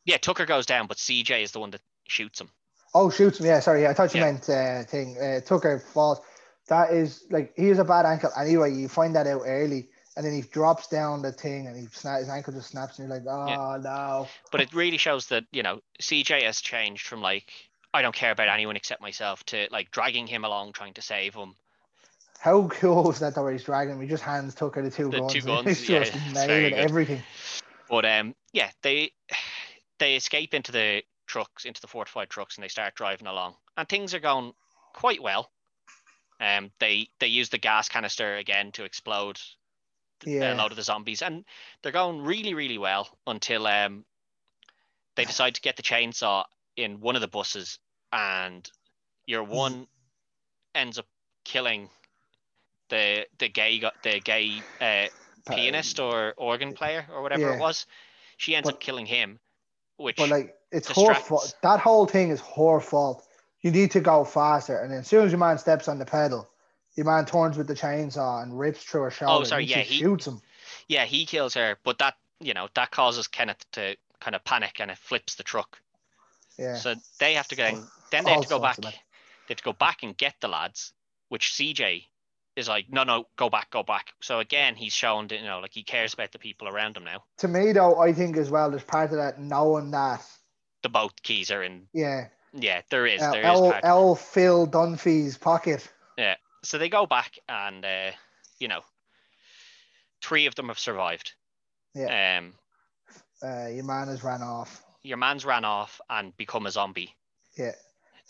[SPEAKER 1] Yeah, Tucker goes down, but CJ is the one that shoots him.
[SPEAKER 2] Oh, shoots me. Yeah, sorry. Yeah, I thought you
[SPEAKER 1] Yeah.
[SPEAKER 2] meant uh, thing. Uh, Tucker falls. That is like he has a bad ankle anyway. You find that out early, and then he drops down the thing, and he sna- his ankle just snaps, and you're like, oh
[SPEAKER 1] Yeah.
[SPEAKER 2] no.
[SPEAKER 1] but it really shows that you know CJ has changed from like I don't care about anyone except myself to like dragging him along trying to save him.
[SPEAKER 2] How cool is that though? where He's dragging. We just hands Tucker the two
[SPEAKER 1] The
[SPEAKER 2] guns.
[SPEAKER 1] two
[SPEAKER 2] and
[SPEAKER 1] guns,
[SPEAKER 2] He's
[SPEAKER 1] yeah,
[SPEAKER 2] just
[SPEAKER 1] it's very
[SPEAKER 2] nailing
[SPEAKER 1] good.
[SPEAKER 2] everything.
[SPEAKER 1] But um, yeah, they they escape into the trucks, into the fortified trucks, and they start driving along, and things are going quite well. Um, they they use the gas canister again to explode a
[SPEAKER 2] Yeah.
[SPEAKER 1] lot of the zombies, and they're going really really well until um, they decide to get the chainsaw in one of the buses, and your
[SPEAKER 2] Mm.
[SPEAKER 1] one ends up killing the the gay gu- the gay uh,
[SPEAKER 2] Uh,
[SPEAKER 1] pianist or organ player or whatever
[SPEAKER 2] yeah.
[SPEAKER 1] it was. She ends
[SPEAKER 2] But-
[SPEAKER 1] up killing him, which
[SPEAKER 2] But like, it's her
[SPEAKER 1] distracts.
[SPEAKER 2] fault. That whole thing is her fault. You need to go faster. And then as soon as your man steps on the pedal, your man turns with the chainsaw and rips through her shoulder.
[SPEAKER 1] Oh, sorry,
[SPEAKER 2] and
[SPEAKER 1] yeah,
[SPEAKER 2] she
[SPEAKER 1] he-
[SPEAKER 2] shoots him.
[SPEAKER 1] yeah, he kills her, but that you know that causes Kenneth to kind of panic and it flips the truck.
[SPEAKER 2] Yeah.
[SPEAKER 1] So they have to go. and- Then they have
[SPEAKER 2] All
[SPEAKER 1] to go
[SPEAKER 2] sorts
[SPEAKER 1] back.
[SPEAKER 2] of
[SPEAKER 1] They
[SPEAKER 2] bad.
[SPEAKER 1] have to go back and get the lads, which CJ is like, no, no, go back, go back. So again, he's shown that you know, like he cares about the people around him now.
[SPEAKER 2] To me though, I think as well, there's part of that knowing that.
[SPEAKER 1] The boat keys are in.
[SPEAKER 2] Yeah.
[SPEAKER 1] Yeah, there is.
[SPEAKER 2] uh,
[SPEAKER 1] There is.
[SPEAKER 2] L,
[SPEAKER 1] part-
[SPEAKER 2] L Phil Dunphy's pocket.
[SPEAKER 1] so they go back and uh, you know three of them have survived
[SPEAKER 2] Yeah.
[SPEAKER 1] um
[SPEAKER 2] Uh, your man has ran off.
[SPEAKER 1] your man's ran off and become a zombie,
[SPEAKER 2] Yeah.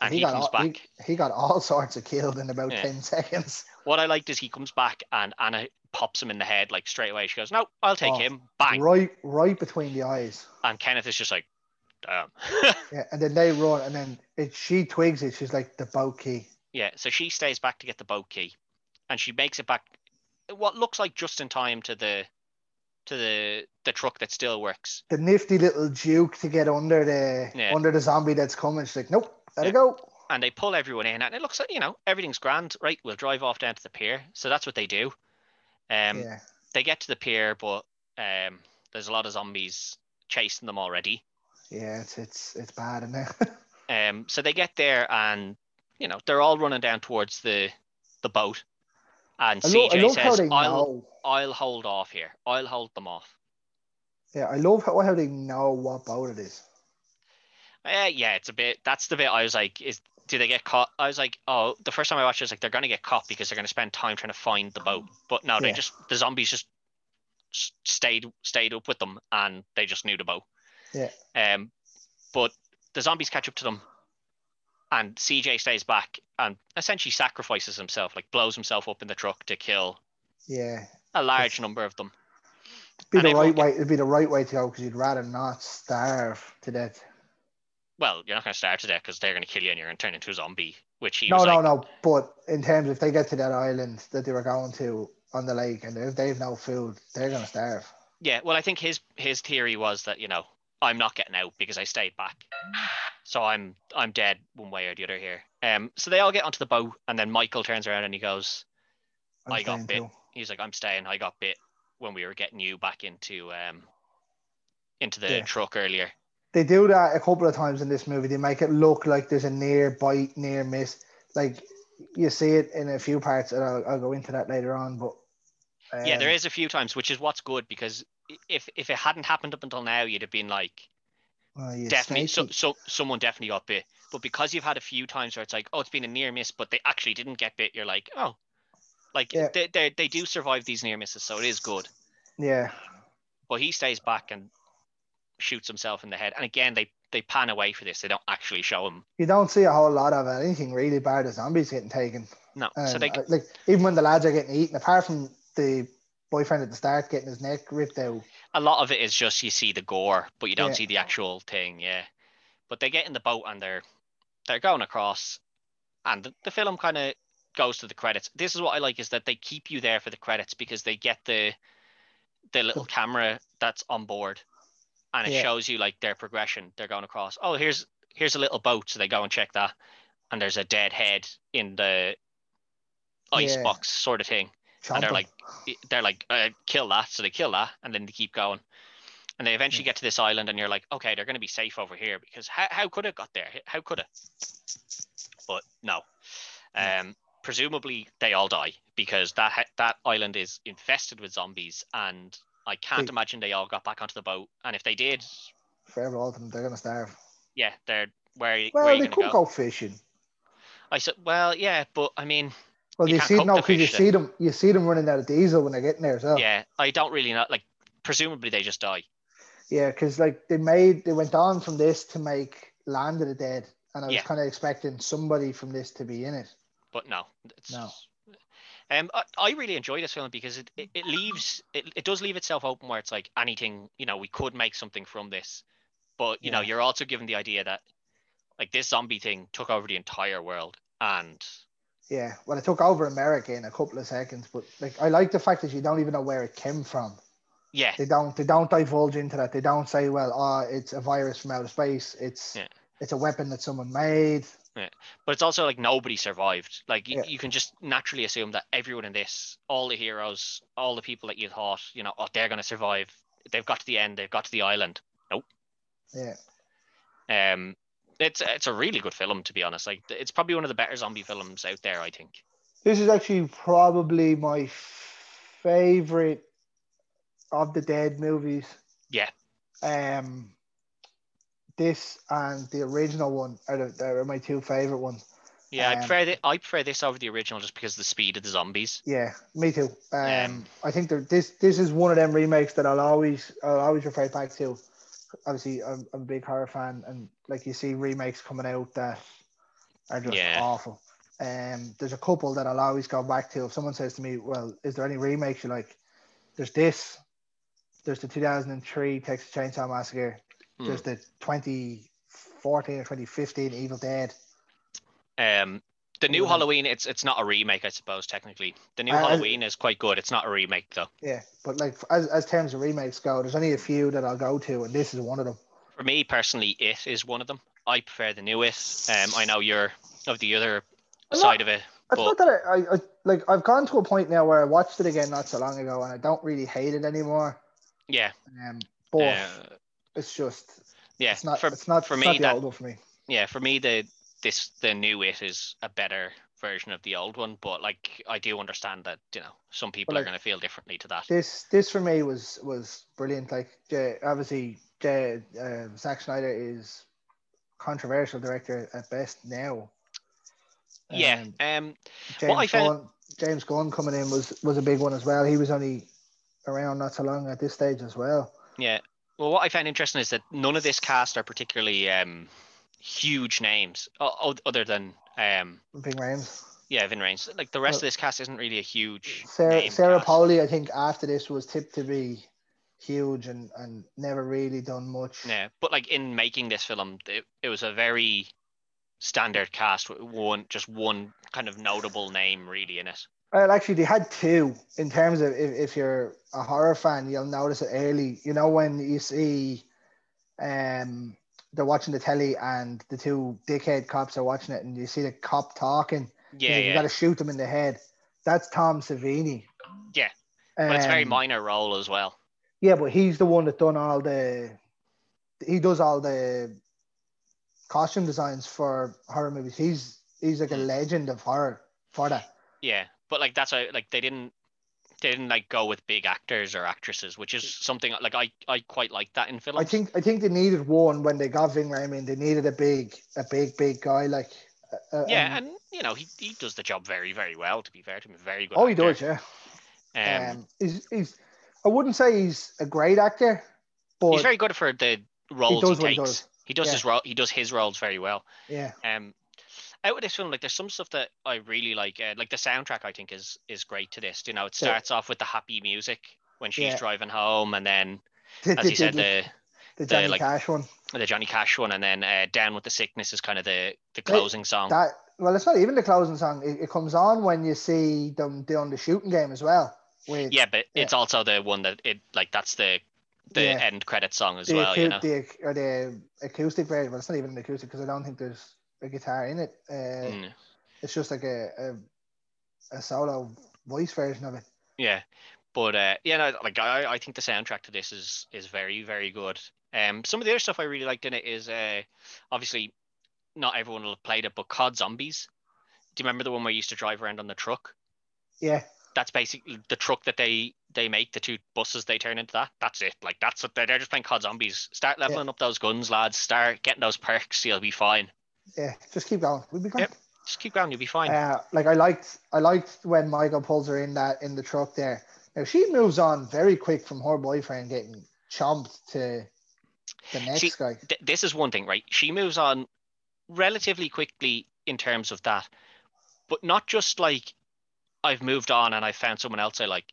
[SPEAKER 1] and
[SPEAKER 2] he,
[SPEAKER 1] he,
[SPEAKER 2] got
[SPEAKER 1] comes
[SPEAKER 2] all,
[SPEAKER 1] back.
[SPEAKER 2] he- He, got all sorts of killed in about
[SPEAKER 1] Yeah.
[SPEAKER 2] 10 seconds.
[SPEAKER 1] What I liked is he comes back and Anna pops him in the head like straight away. She goes, "No, I'll take
[SPEAKER 2] Oh,
[SPEAKER 1] him." Bang,
[SPEAKER 2] Right right between the eyes.
[SPEAKER 1] and Kenneth is just like, "Damn."
[SPEAKER 2] Yeah. And then they run and then it, she twigs it. She's like the boat key.
[SPEAKER 1] yeah, so she stays back to get the boat key, and she makes it back. What looks like just in time to the to the the truck that still works.
[SPEAKER 2] The nifty little duke to get under the
[SPEAKER 1] Yeah.
[SPEAKER 2] under the zombie that's coming. She's like, Nope, let
[SPEAKER 1] Yeah.
[SPEAKER 2] it go.
[SPEAKER 1] and they pull everyone in, and it looks like you know everything's grand, right? We'll drive off down to the pier, so that's what they do. Um,
[SPEAKER 2] yeah.
[SPEAKER 1] they get to the pier, but um, there's a lot of zombies chasing them already.
[SPEAKER 2] Yeah, it's it's it's bad in there.
[SPEAKER 1] Um, so they get there, and you know they're all running down towards the the boat, and
[SPEAKER 2] I, lo- I
[SPEAKER 1] CJ
[SPEAKER 2] love how
[SPEAKER 1] says,
[SPEAKER 2] they
[SPEAKER 1] "I'll
[SPEAKER 2] know.
[SPEAKER 1] I'll hold off here. I'll hold them off."
[SPEAKER 2] Yeah, I love how, how they know what boat it is.
[SPEAKER 1] Uh, yeah, it's a bit. That's the bit I was like, "Is do they get caught?" I was like, "Oh, the first time I watched, it, I was like, they're gonna get caught because they're gonna spend time trying to find the boat." But no, they
[SPEAKER 2] Yeah.
[SPEAKER 1] just the zombies just s- stayed stayed up with them, and they just knew the boat.
[SPEAKER 2] Yeah.
[SPEAKER 1] Um, but the zombies catch up to them, and CJ stays back and essentially sacrifices himself, like blows himself up in the truck to kill
[SPEAKER 2] Yeah.
[SPEAKER 1] a large
[SPEAKER 2] Yes.
[SPEAKER 1] number of them.
[SPEAKER 2] Be
[SPEAKER 1] And
[SPEAKER 2] the
[SPEAKER 1] everyone
[SPEAKER 2] right way. It'd be the right way to go because you'd rather not starve to death.
[SPEAKER 1] Well, you're not gonna starve to death because they're gonna kill you and you're gonna turn into a zombie. Which he
[SPEAKER 2] no,
[SPEAKER 1] was
[SPEAKER 2] no,
[SPEAKER 1] like,
[SPEAKER 2] no. But in terms, if they get to that island that they were going to on the lake, and if they've no food, they're gonna starve.
[SPEAKER 1] Yeah, well, I think his his theory was that you know I'm not getting out because I stayed back, so I'm I'm dead one way or the other here. Um, so they all get onto the boat, and then Michael turns around and he goes, I got
[SPEAKER 2] staying
[SPEAKER 1] bit. he's like, I'm staying. I got bit when we were getting you back into um into the
[SPEAKER 2] Yeah.
[SPEAKER 1] truck earlier.
[SPEAKER 2] They do that a couple of times in this movie. They make it look like there's a near bite, near miss. Like you see it in a few parts, and I'll, I'll go into that later on. But
[SPEAKER 1] yeah, there
[SPEAKER 2] um,
[SPEAKER 1] is a few times, which is what's good because i- if if it hadn't happened up until now, you'd have been like,
[SPEAKER 2] oh, you
[SPEAKER 1] definitely so,
[SPEAKER 2] snakey.
[SPEAKER 1] so someone definitely got bit but because you've had a few times where it's like oh it's been a near miss but they actually didn't get bit you're like oh like
[SPEAKER 2] Yeah.
[SPEAKER 1] they, they, they do survive these near misses so it is good
[SPEAKER 2] yeah,
[SPEAKER 1] but he stays back and shoots himself in the head and again they they pan away for this they don't actually show him
[SPEAKER 2] you don't see a whole lot of anything really bad. The zombies getting taken.
[SPEAKER 1] no
[SPEAKER 2] And
[SPEAKER 1] so they
[SPEAKER 2] uh, like even when the lads are getting eaten, apart from the boyfriend at the start getting his neck ripped out.
[SPEAKER 1] a lot of it is just you see the gore but you don't
[SPEAKER 2] Yeah.
[SPEAKER 1] see the actual thing yeah but they get in the boat and they're they're going across and the, the film kind of goes to the credits this is what i like is that they keep you there for the credits because they get the the little camera that's on board and it
[SPEAKER 2] Yeah.
[SPEAKER 1] shows you like their progression they're going across oh here's here's a little boat so they go and check that and there's a dead head in the ice
[SPEAKER 2] Yeah.
[SPEAKER 1] box sort of thing and they're
[SPEAKER 2] chomping.
[SPEAKER 1] like they're like uh, kill that so they kill that and then they keep going and they eventually get to this island and you're like okay they're going to be safe over here because how, how could it got there how could it but no
[SPEAKER 2] Yeah.
[SPEAKER 1] um presumably they all die because that ha- that island is infested with zombies and i can't
[SPEAKER 2] They-
[SPEAKER 1] imagine they all got back onto the boat and if they did
[SPEAKER 2] forever all of them, they're gonna starve.
[SPEAKER 1] yeah they're where, are- where are
[SPEAKER 2] Well,
[SPEAKER 1] you
[SPEAKER 2] they
[SPEAKER 1] going to
[SPEAKER 2] could
[SPEAKER 1] go?
[SPEAKER 2] go fishing.
[SPEAKER 1] i said well yeah but i mean
[SPEAKER 2] Well,
[SPEAKER 1] You
[SPEAKER 2] you,
[SPEAKER 1] can't
[SPEAKER 2] see,
[SPEAKER 1] cook
[SPEAKER 2] no,
[SPEAKER 1] the
[SPEAKER 2] 'cause you
[SPEAKER 1] fish then.
[SPEAKER 2] see them, you see them running out of diesel when they're getting there as well.
[SPEAKER 1] yeah i don't really know like presumably they just die
[SPEAKER 2] yeah, because like they made, they went on from this to make Land of the Dead, and I was
[SPEAKER 1] Yeah.
[SPEAKER 2] kind of expecting somebody from this to be in it.
[SPEAKER 1] but no, it's,
[SPEAKER 2] No.
[SPEAKER 1] Um, I, I really enjoy this film because it, it, it leaves it, it does leave itself open where it's like anything you know we could make something from this, but you know
[SPEAKER 2] Yeah.
[SPEAKER 1] you're also given the idea that like this zombie thing took over the entire world and
[SPEAKER 2] Yeah, well, it took over America in a couple of seconds, but like I like the fact that you don't even know where it came from.
[SPEAKER 1] yeah
[SPEAKER 2] They don't, they don't divulge into that. They don't say, well, ah, it's a virus from outer space. It's,
[SPEAKER 1] Yeah.
[SPEAKER 2] it's a weapon that someone made.
[SPEAKER 1] but it's also like nobody survived like you,
[SPEAKER 2] Yeah.
[SPEAKER 1] you can just naturally assume that everyone in this all the heroes all the people that you thought you know oh they're gonna survive they've got to the end they've got to the island
[SPEAKER 2] Yeah,
[SPEAKER 1] Um, it's it's a really good film to be honest. Like it's probably one of the better zombie films out there. I think.
[SPEAKER 2] this is actually probably my favorite of the Dead movies.
[SPEAKER 1] Yeah.
[SPEAKER 2] um this and the original one are, the, are my two favorite ones
[SPEAKER 1] Yeah, I
[SPEAKER 2] Um,
[SPEAKER 1] prefer thi- I prefer this over the original just because of the speed of the zombies.
[SPEAKER 2] yeah me too um
[SPEAKER 1] Um,
[SPEAKER 2] i think they're- this this is one of them remakes that i'll always i'll always refer back to 'cause obviously I'm, I'm a big horror fan, and like you see remakes coming out that are just
[SPEAKER 1] Yeah.
[SPEAKER 2] awful. Um, there's a couple that I'll always go back to. If someone says to me, "Well, is there any remakes you like?" There's this. There's the 2003 Texas Chainsaw Massacre.
[SPEAKER 1] Hmm.
[SPEAKER 2] There's the 2014 or 2015 Evil Dead.
[SPEAKER 1] Um, the new
[SPEAKER 2] Yeah.
[SPEAKER 1] Halloween, it's it's not a remake, I suppose technically. The new
[SPEAKER 2] I- I-
[SPEAKER 1] Halloween is quite good. It's not a remake though.
[SPEAKER 2] Yeah, but like as, as terms of remakes go, there's only a few that I'll go to, and this is one of them.
[SPEAKER 1] For me personally, it is one of them. I prefer the new it. Um, I know you're of the other
[SPEAKER 2] I'm not-
[SPEAKER 1] side of it.
[SPEAKER 2] It's
[SPEAKER 1] But-
[SPEAKER 2] not that I, I, I like I've gone to a point now where I watched it again not so long ago, and I don't really hate it anymore.
[SPEAKER 1] Yeah.
[SPEAKER 2] Um, but
[SPEAKER 1] uh,
[SPEAKER 2] it's just
[SPEAKER 1] yeah.
[SPEAKER 2] it's not
[SPEAKER 1] for
[SPEAKER 2] it's not
[SPEAKER 1] for
[SPEAKER 2] it's
[SPEAKER 1] me
[SPEAKER 2] not the
[SPEAKER 1] that-
[SPEAKER 2] old one for me.
[SPEAKER 1] yeah, for me the this the new it is a better version of the old one, but like I do understand that, you know, some people
[SPEAKER 2] Well,
[SPEAKER 1] are
[SPEAKER 2] like-
[SPEAKER 1] gonna feel differently to that.
[SPEAKER 2] This this for me was was brilliant. Like J, obviously, J, uh, Zack Snyder is controversial director at best now.
[SPEAKER 1] yeah.
[SPEAKER 2] Um,
[SPEAKER 1] Um
[SPEAKER 2] James
[SPEAKER 1] What I found-
[SPEAKER 2] Gunn, James Gunn coming in was was a big one as well. He was only around not so long at this stage as well.
[SPEAKER 1] Yeah. Well, what I found interesting is that none of this cast are particularly um, huge names, o- o- other than um,
[SPEAKER 2] Big Rains.
[SPEAKER 1] yeah, Vin Rains. Like the rest
[SPEAKER 2] Well-
[SPEAKER 1] of this cast isn't really a huge.
[SPEAKER 2] Sarah,
[SPEAKER 1] name
[SPEAKER 2] Sarah
[SPEAKER 1] cast.
[SPEAKER 2] Pauli, I think after this was tipped to be huge and, and never really done much.
[SPEAKER 1] Yeah, but like in making this film, it, it was a very standard cast with one just one kind of notable name really in it.
[SPEAKER 2] Well, actually, they had two in terms of if, if you're a horror fan, you'll notice it early. You know, when you see um, they're watching the telly and the two dickhead cops are watching it and you see the cop talking, he's
[SPEAKER 1] Yeah,
[SPEAKER 2] like, you got
[SPEAKER 1] yeah.
[SPEAKER 2] to shoot them in the head. That's Tom Savini.
[SPEAKER 1] Yeah. But it's a very
[SPEAKER 2] Um,
[SPEAKER 1] minor role as well.
[SPEAKER 2] Yeah, but he's the one that done all the. He does all the costume designs for horror movies. He's he's like a
[SPEAKER 1] Mm.
[SPEAKER 2] legend of horror for that.
[SPEAKER 1] Yeah, but like that's why like they didn't they didn't like go with big actors or actresses, which is something like I I quite like that in films.
[SPEAKER 2] I think I think they needed one when they got Ving Rhames. They needed a big a big big guy like. Uh, uh,
[SPEAKER 1] Yeah,
[SPEAKER 2] um,
[SPEAKER 1] and you know he, he does the job very very well. To be fair to him, very good.
[SPEAKER 2] oh, he
[SPEAKER 1] actor.
[SPEAKER 2] does. Yeah.
[SPEAKER 1] Um,
[SPEAKER 2] Um, he's he's. I wouldn't say he's a great actor, but
[SPEAKER 1] he's very good for the roles he,
[SPEAKER 2] does what he
[SPEAKER 1] takes. He does,
[SPEAKER 2] does.
[SPEAKER 1] his role. He does his roles very well.
[SPEAKER 2] yeah.
[SPEAKER 1] Um, out of this film, like there's some stuff that I really like. Uh, like the soundtrack, I think is is great to this. You know, it
[SPEAKER 2] Yeah.
[SPEAKER 1] starts off with the happy music when she's
[SPEAKER 2] Yeah.
[SPEAKER 1] driving home, and then
[SPEAKER 2] The,
[SPEAKER 1] as you said, the
[SPEAKER 2] the Johnny
[SPEAKER 1] like-
[SPEAKER 2] Cash one.
[SPEAKER 1] the Johnny Cash one, and then uh, Down with the Sickness is kind of the the closing song.
[SPEAKER 2] That well, it's not even the closing song. It, it comes on when you see them doing the shooting game as well. With
[SPEAKER 1] yeah, but it's also the one that it like that's the the
[SPEAKER 2] Yeah.
[SPEAKER 1] end credit song as
[SPEAKER 2] the,
[SPEAKER 1] well. You
[SPEAKER 2] acou-
[SPEAKER 1] know.
[SPEAKER 2] the ac- or the acoustic version. Well, it's not even an acoustic because I don't think there's a guitar in it. Uh,
[SPEAKER 1] Mm.
[SPEAKER 2] It's just like a, a a solo voice version of it.
[SPEAKER 1] Yeah, but uh, yeah, no, like I, I think the soundtrack to this is is very very good. Um, some of the other stuff I really liked in it is uh, obviously not everyone will have played it, but COD Zombies. Do you remember the one where you used to drive around on the truck?
[SPEAKER 2] Yeah,
[SPEAKER 1] That's basically the truck that they they make the two buses they turn into that. That's it. Like that's what they're, they're just playing COD Zombies. Start leveling up those guns, lads. Start getting those perks. You'll be fine.
[SPEAKER 2] yeah. Just keep going. We'll be fine.
[SPEAKER 1] Yep. Just keep going. You'll be fine.
[SPEAKER 2] Uh, like I liked, I liked when Michael pulls her in that in the truck there. Now she moves on very quick from her boyfriend getting chomped to the next
[SPEAKER 1] See,
[SPEAKER 2] guy.
[SPEAKER 1] th- this is one thing, right? She moves on relatively quickly in terms of that, but not just like I've moved on and I found someone else I like.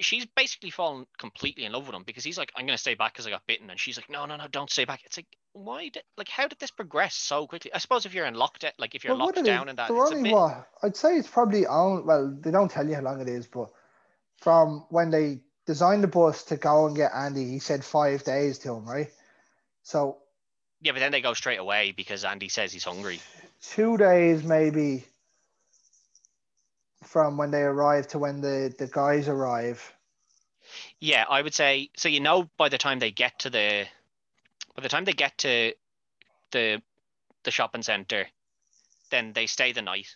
[SPEAKER 1] She's basically fallen completely in love with him because he's like, I'm going to stay back because I got bitten. And she's like, no, no, no, don't stay back. It's like, why? Did, like, how did this progress so quickly? I suppose if you're in lockdown, like if you're
[SPEAKER 2] Well, what
[SPEAKER 1] locked
[SPEAKER 2] it is,
[SPEAKER 1] down and that,
[SPEAKER 2] they're
[SPEAKER 1] it's a
[SPEAKER 2] only
[SPEAKER 1] bit,
[SPEAKER 2] what I'd say it's probably on. Well, they don't tell you how long it is, but from when they designed the bus to go and get Andy, he said five days to him, right? So
[SPEAKER 1] yeah, but then they go straight away because Andy says he's hungry.
[SPEAKER 2] two days maybe from when they arrive to when the the guys arrive.
[SPEAKER 1] Yeah, I would say so. You know, by the time they get to the, by the time they get to the, the shopping center, then they stay the night,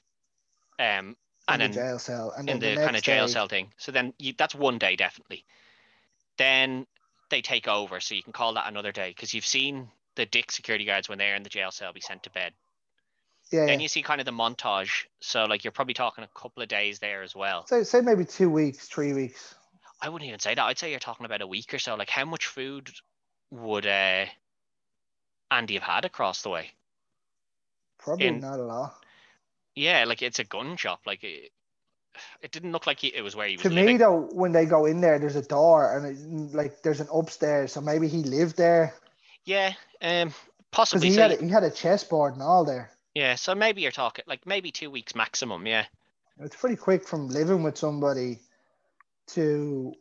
[SPEAKER 1] um,
[SPEAKER 2] In
[SPEAKER 1] and
[SPEAKER 2] the
[SPEAKER 1] then
[SPEAKER 2] jail cell, and
[SPEAKER 1] in
[SPEAKER 2] then
[SPEAKER 1] the,
[SPEAKER 2] next
[SPEAKER 1] kind of jail
[SPEAKER 2] day-
[SPEAKER 1] cell thing. So then you, that's one day definitely. Then they take over, so you can call that another day because you've seen the dick security guards when they're in the jail cell be sent to bed.
[SPEAKER 2] Yeah,
[SPEAKER 1] Then
[SPEAKER 2] yeah.
[SPEAKER 1] you see kind of the montage. So like you're probably talking a couple of days there as well.
[SPEAKER 2] Say, say maybe two weeks, three weeks.
[SPEAKER 1] I wouldn't even say that. I'd say you're talking about a week or so. Like how much food would uh, Andy have had across the way?
[SPEAKER 2] Probably
[SPEAKER 1] In-
[SPEAKER 2] not at all.
[SPEAKER 1] Yeah, like it's a gun shop. Like it, it didn't look like he, it was where he was
[SPEAKER 2] To me
[SPEAKER 1] living.
[SPEAKER 2] though, when they go in there, there's a door and it, like there's an upstairs, so maybe he lived there
[SPEAKER 1] yeah, um,
[SPEAKER 2] because
[SPEAKER 1] possibly.
[SPEAKER 2] he
[SPEAKER 1] so
[SPEAKER 2] had
[SPEAKER 1] you-
[SPEAKER 2] a, he had a chessboard and all there.
[SPEAKER 1] Yeah, so maybe you're talking like maybe two weeks maximum. Yeah,
[SPEAKER 2] It's pretty quick from living with somebody to eh,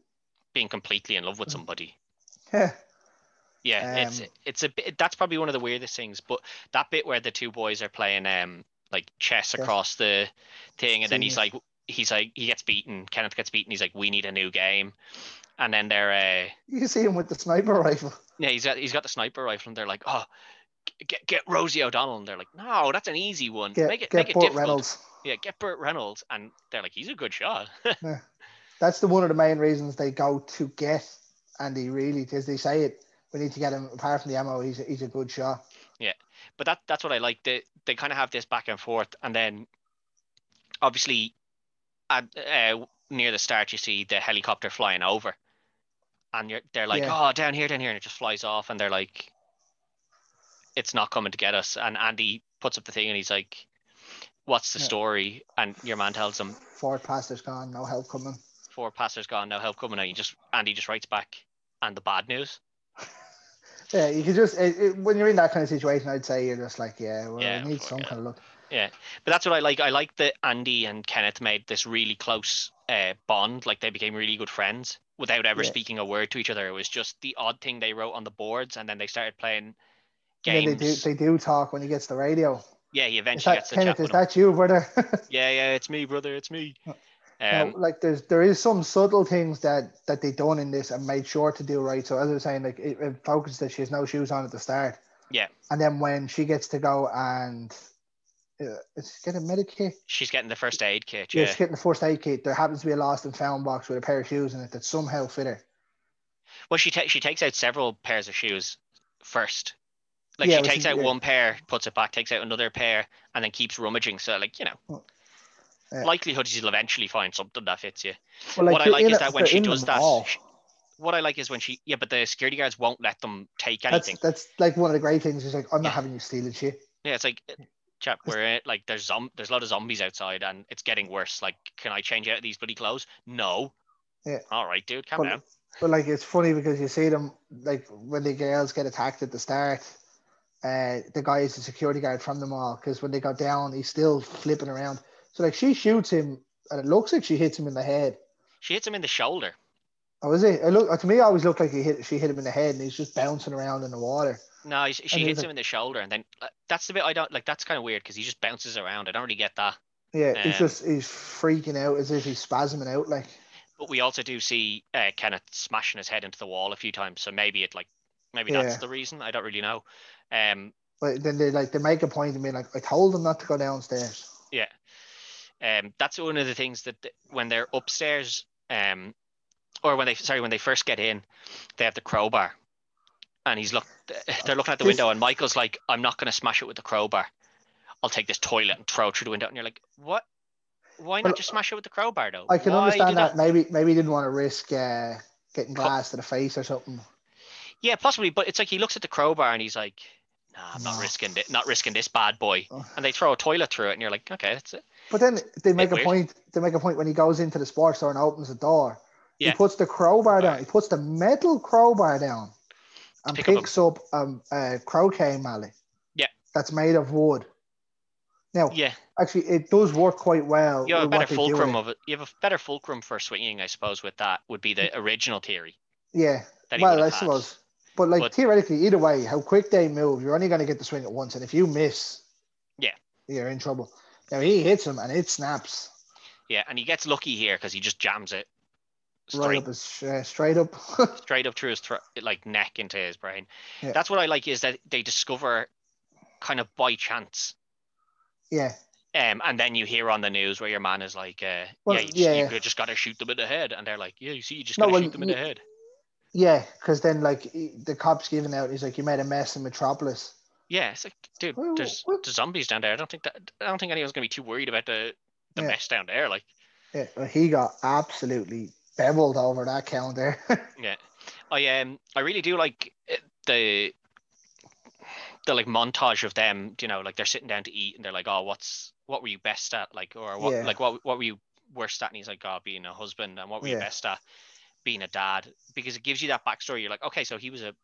[SPEAKER 1] being completely in love
[SPEAKER 2] Mm.
[SPEAKER 1] with somebody.
[SPEAKER 2] yeah,
[SPEAKER 1] Yeah, it's
[SPEAKER 2] Um,
[SPEAKER 1] it's a bit. That's probably one of the weirdest things. But that bit where the two boys are playing um like chess
[SPEAKER 2] Chess.
[SPEAKER 1] across the thing, and then he's
[SPEAKER 2] Genius.
[SPEAKER 1] like he's like he gets beaten. Kenneth gets beaten. He's like, we need a new game. And then they're uh,
[SPEAKER 2] you see him with the sniper rifle.
[SPEAKER 1] yeah, he's got he's got the sniper rifle, and they're like, oh, g- get get Rosie O'Donnell. And they're like, no, that's an easy one.
[SPEAKER 2] Get
[SPEAKER 1] make it
[SPEAKER 2] get
[SPEAKER 1] make it
[SPEAKER 2] Burt
[SPEAKER 1] difficult.
[SPEAKER 2] Reynolds.
[SPEAKER 1] Yeah, get Burt Reynolds. And they're like, he's a good shot.
[SPEAKER 2] That's the one of the main reasons they go to get Andy. Really, because they say it. We need to get him. Apart from the ammo, he's a, he's a good shot.
[SPEAKER 1] but that that's what I like. They they kind of have this back and forth, and then obviously, at, uh, near the start, you see the helicopter flying over, and you're they're like,
[SPEAKER 2] Yeah.
[SPEAKER 1] oh, down here, down here, and it just flies off, and they're like, it's not coming to get us. And Andy puts up the thing, and he's like, what's the
[SPEAKER 2] Yeah.
[SPEAKER 1] story? And your man tells him,
[SPEAKER 2] Ford Pastor's gone. No help coming.
[SPEAKER 1] four passers gone, no help coming. And he just Andy just writes back, and the bad news.
[SPEAKER 2] Yeah, you could just it, it, when you're in that kind of situation, I'd say you're just like, yeah, well,
[SPEAKER 1] Yeah,
[SPEAKER 2] I need
[SPEAKER 1] fuck
[SPEAKER 2] some
[SPEAKER 1] it.
[SPEAKER 2] kind of look.
[SPEAKER 1] But that's what I like. I like that Andy and Kenneth made this really close uh, bond. Like they became really good friends without ever
[SPEAKER 2] Yeah.
[SPEAKER 1] speaking a word to each other. It was just the odd thing they wrote on the boards, and then they started playing
[SPEAKER 2] And
[SPEAKER 1] games.
[SPEAKER 2] then they do they do talk when he gets the radio.
[SPEAKER 1] yeah, he
[SPEAKER 2] Is
[SPEAKER 1] eventually
[SPEAKER 2] that
[SPEAKER 1] gets to chat
[SPEAKER 2] Kenneth? Is
[SPEAKER 1] with him.
[SPEAKER 2] that Oh. you, brother?
[SPEAKER 1] Yeah, yeah, it's me, brother, it's me.
[SPEAKER 2] No,
[SPEAKER 1] Um,
[SPEAKER 2] now, like there's there is some subtle things that that they done in this and made sure to do right. So as I was saying, like it, it focuses that she has no shoes on at the start.
[SPEAKER 1] Yeah.
[SPEAKER 2] And then when she gets to go and uh, is she getting Medicaid,
[SPEAKER 1] she's getting the first aid kit.
[SPEAKER 2] yeah,
[SPEAKER 1] Yeah,
[SPEAKER 2] she's getting the first aid kit. There happens to be a lost and found box with a pair of shoes in it that somehow fit her.
[SPEAKER 1] well, she ta- she takes out several pairs of shoes first. Like
[SPEAKER 2] Yeah,
[SPEAKER 1] she
[SPEAKER 2] well,
[SPEAKER 1] takes
[SPEAKER 2] she-
[SPEAKER 1] out
[SPEAKER 2] yeah.
[SPEAKER 1] one pair, puts it back, takes out another pair, and then keeps rummaging. So, like you
[SPEAKER 2] Oh.
[SPEAKER 1] know,
[SPEAKER 2] Yeah.
[SPEAKER 1] likelihood is you'll eventually find something that fits you.
[SPEAKER 2] Well,
[SPEAKER 1] What I
[SPEAKER 2] they're
[SPEAKER 1] like
[SPEAKER 2] in
[SPEAKER 1] is
[SPEAKER 2] it-
[SPEAKER 1] that when
[SPEAKER 2] they're
[SPEAKER 1] she
[SPEAKER 2] in the
[SPEAKER 1] does that,
[SPEAKER 2] mall.
[SPEAKER 1] she- what I like is when she yeah, but the security guards won't let them take
[SPEAKER 2] that's
[SPEAKER 1] anything.
[SPEAKER 2] that's like one of the great things. Is like I'm not
[SPEAKER 1] Yeah.
[SPEAKER 2] having you stealing shit.
[SPEAKER 1] Yeah, it's like chap, we're in, like there's zom- there's a lot of zombies outside and it's getting worse. Like, can I change out of these bloody clothes? No.
[SPEAKER 2] Yeah.
[SPEAKER 1] All right, dude, calm
[SPEAKER 2] But-
[SPEAKER 1] down.
[SPEAKER 2] But like it's funny because you see them like when the girls get attacked at the start, uh, the guy is the security guard from them all because when they go down, he's still flipping around. So like she shoots him and it looks like she hits him in the head.
[SPEAKER 1] She hits him in the shoulder.
[SPEAKER 2] Oh, is it? It look to me, it always looked like he hit. She hit him in the head, and he's just bouncing around in the water.
[SPEAKER 1] No, he- she
[SPEAKER 2] he's
[SPEAKER 1] hits
[SPEAKER 2] like-
[SPEAKER 1] him in the shoulder, and then uh, that's the bit I don't like. That's kind of weird because he just bounces around. I don't really get that.
[SPEAKER 2] Yeah, he's
[SPEAKER 1] Um,
[SPEAKER 2] just he's freaking out as if he's spasming out. Like
[SPEAKER 1] But we also do see uh, Kenneth smashing his head into the wall a few times, so maybe it like maybe that's
[SPEAKER 2] Yeah.
[SPEAKER 1] the reason. I don't really know. Um,
[SPEAKER 2] but then they like they make a point of being like, I told him not to go downstairs.
[SPEAKER 1] Yeah. Um, that's one of the things that th- when they're upstairs, um, or when they sorry when they first get in, they have the crowbar, and he's look they're looking at the
[SPEAKER 2] This-
[SPEAKER 1] window, and Michael's like, "I'm not going to smash it with the crowbar. I'll take this toilet and throw it through the window." And you're like, "What? Why
[SPEAKER 2] Well,
[SPEAKER 1] not just smash it with the crowbar though?"
[SPEAKER 2] I can
[SPEAKER 1] Why do
[SPEAKER 2] understand that. Maybe maybe he didn't want to risk uh, getting
[SPEAKER 1] Co-
[SPEAKER 2] glass to the face or something.
[SPEAKER 1] Yeah, possibly, but it's like he looks at the crowbar and he's like, "Nah, I'm not
[SPEAKER 2] No.
[SPEAKER 1] risking it. Not risking this bad boy."
[SPEAKER 2] Oh.
[SPEAKER 1] And they throw a toilet through it, and you're like, "Okay, that's it."
[SPEAKER 2] But then they make a
[SPEAKER 1] weird.
[SPEAKER 2] point. They make a point when he goes into the sports store and opens the door.
[SPEAKER 1] Yeah.
[SPEAKER 2] He puts the crowbar down. He puts the metal crowbar down, and
[SPEAKER 1] Pick 'em up.
[SPEAKER 2] picks up um, a croquet mallet.
[SPEAKER 1] Yeah.
[SPEAKER 2] That's made of wood. Now,
[SPEAKER 1] Yeah.
[SPEAKER 2] actually, it does work quite well.
[SPEAKER 1] you have a
[SPEAKER 2] with
[SPEAKER 1] better
[SPEAKER 2] what they do with
[SPEAKER 1] fulcrum
[SPEAKER 2] it.
[SPEAKER 1] of it. You have a better fulcrum for swinging, I suppose. With that, would be the original theory
[SPEAKER 2] Yeah.
[SPEAKER 1] that he
[SPEAKER 2] Mm. Well, I
[SPEAKER 1] would have had.
[SPEAKER 2] suppose. But like
[SPEAKER 1] But-
[SPEAKER 2] theoretically, either way, how quick they move, you're only going to get the swing at once, and if you miss,
[SPEAKER 1] Yeah.
[SPEAKER 2] you're in trouble. Now he hits him, and it snaps
[SPEAKER 1] Yeah, and he gets lucky here because he just jams it
[SPEAKER 2] right
[SPEAKER 1] straight,
[SPEAKER 2] up his uh, straight up.
[SPEAKER 1] straight up through his thro- like neck into his brain.
[SPEAKER 2] Yeah.
[SPEAKER 1] That's what I like is that they discover kind of by chance.
[SPEAKER 2] yeah.
[SPEAKER 1] Um, and then you hear on the news where your man is like, uh,
[SPEAKER 2] Well,
[SPEAKER 1] yeah, you just,
[SPEAKER 2] yeah,
[SPEAKER 1] you
[SPEAKER 2] yeah.
[SPEAKER 1] just gotta shoot them in the head, and they're like, yeah, you see, you just
[SPEAKER 2] No,
[SPEAKER 1] gotta
[SPEAKER 2] well,
[SPEAKER 1] shoot them in
[SPEAKER 2] you-
[SPEAKER 1] the head.
[SPEAKER 2] Yeah, because then like he- the cops giving out, he's like, "You made a mess in Metropolis."
[SPEAKER 1] Yeah, it's like, dude,
[SPEAKER 2] Well,
[SPEAKER 1] there's,
[SPEAKER 2] what-
[SPEAKER 1] there's zombies down there. I don't think that I don't think anyone's gonna be too worried about the the
[SPEAKER 2] Yeah.
[SPEAKER 1] mess down there. Like,
[SPEAKER 2] Yeah, well, he got absolutely beveled over that counter.
[SPEAKER 1] Yeah, I um, I really do like. It. the the like montage of them, you know, like they're sitting down to eat and they're like, oh, what's what were you best at, like, or what
[SPEAKER 2] Yeah.
[SPEAKER 1] like what what were you worst at? And he's like, oh, being a husband, and what were you
[SPEAKER 2] Yeah.
[SPEAKER 1] best at, being a dad, because it gives you that backstory. You're like, okay, so he was a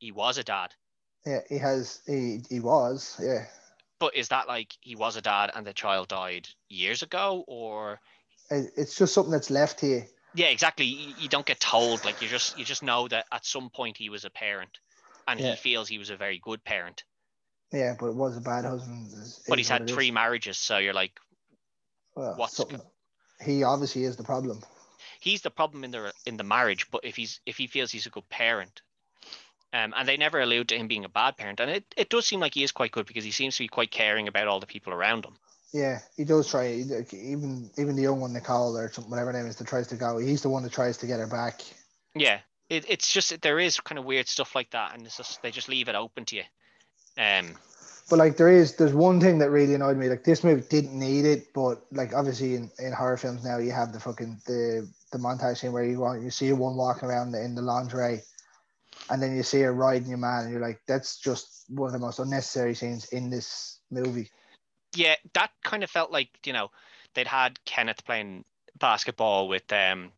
[SPEAKER 1] he was a dad,
[SPEAKER 2] Yeah, he has. He he was. Yeah,
[SPEAKER 1] but is that like he was a dad and the child died years ago, or
[SPEAKER 2] it, it's just something that's left here.
[SPEAKER 1] yeah, exactly. You, you don't get told, like you just you just know that at some point he was a parent, and
[SPEAKER 2] Yeah.
[SPEAKER 1] he feels he was a very good parent.
[SPEAKER 2] Yeah, but it was a bad husband. is-
[SPEAKER 1] but
[SPEAKER 2] is
[SPEAKER 1] he's
[SPEAKER 2] what
[SPEAKER 1] had
[SPEAKER 2] it is.
[SPEAKER 1] three marriages so you're like
[SPEAKER 2] Well,
[SPEAKER 1] what's
[SPEAKER 2] something- he obviously is the problem.
[SPEAKER 1] he's the problem in the in the marriage but if he's if he feels he's a good parent um, and they never allude to him being a bad parent and it, it does seem like he is quite good because he seems to be quite caring about all the people around him
[SPEAKER 2] Yeah, he does try. he- like, Even even the young one, Nicole or something, whatever her name is, that tries to go. He's the one that tries to get her back.
[SPEAKER 1] yeah it, it's just that there is kind of weird stuff like that and it's just they just leave it open to you um
[SPEAKER 2] But like there is, there's one thing that really annoyed me. Like this movie didn't need it, but like obviously in, in horror films now you have the fucking the the montage scene where you want you see one walking around in the lingerie, and then you see her riding your man, and you're like, that's just one of the most unnecessary scenes in this movie.
[SPEAKER 1] yeah that kind of felt like you know they'd had kenneth playing basketball with um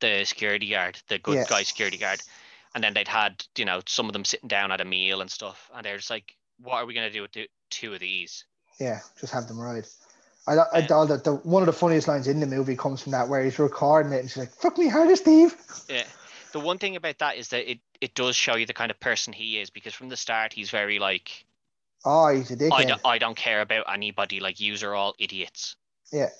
[SPEAKER 1] the security guard the good
[SPEAKER 2] Yeah.
[SPEAKER 1] guy security guard and then they'd had you know some of them sitting down at a meal and stuff and they're just like what are we going to do with th- two of these
[SPEAKER 2] Yeah, just have them ride. I, I, I the, the one of the funniest lines in the movie comes from that where he's recording it and she's like, "Fuck me harder, Steve."
[SPEAKER 1] yeah the one thing about that is that it it does show you the kind of person he is because from the start he's very like
[SPEAKER 2] Oh, he's a dickhead.
[SPEAKER 1] I, don't, I don't care about anybody like yous are all idiots
[SPEAKER 2] Yeah.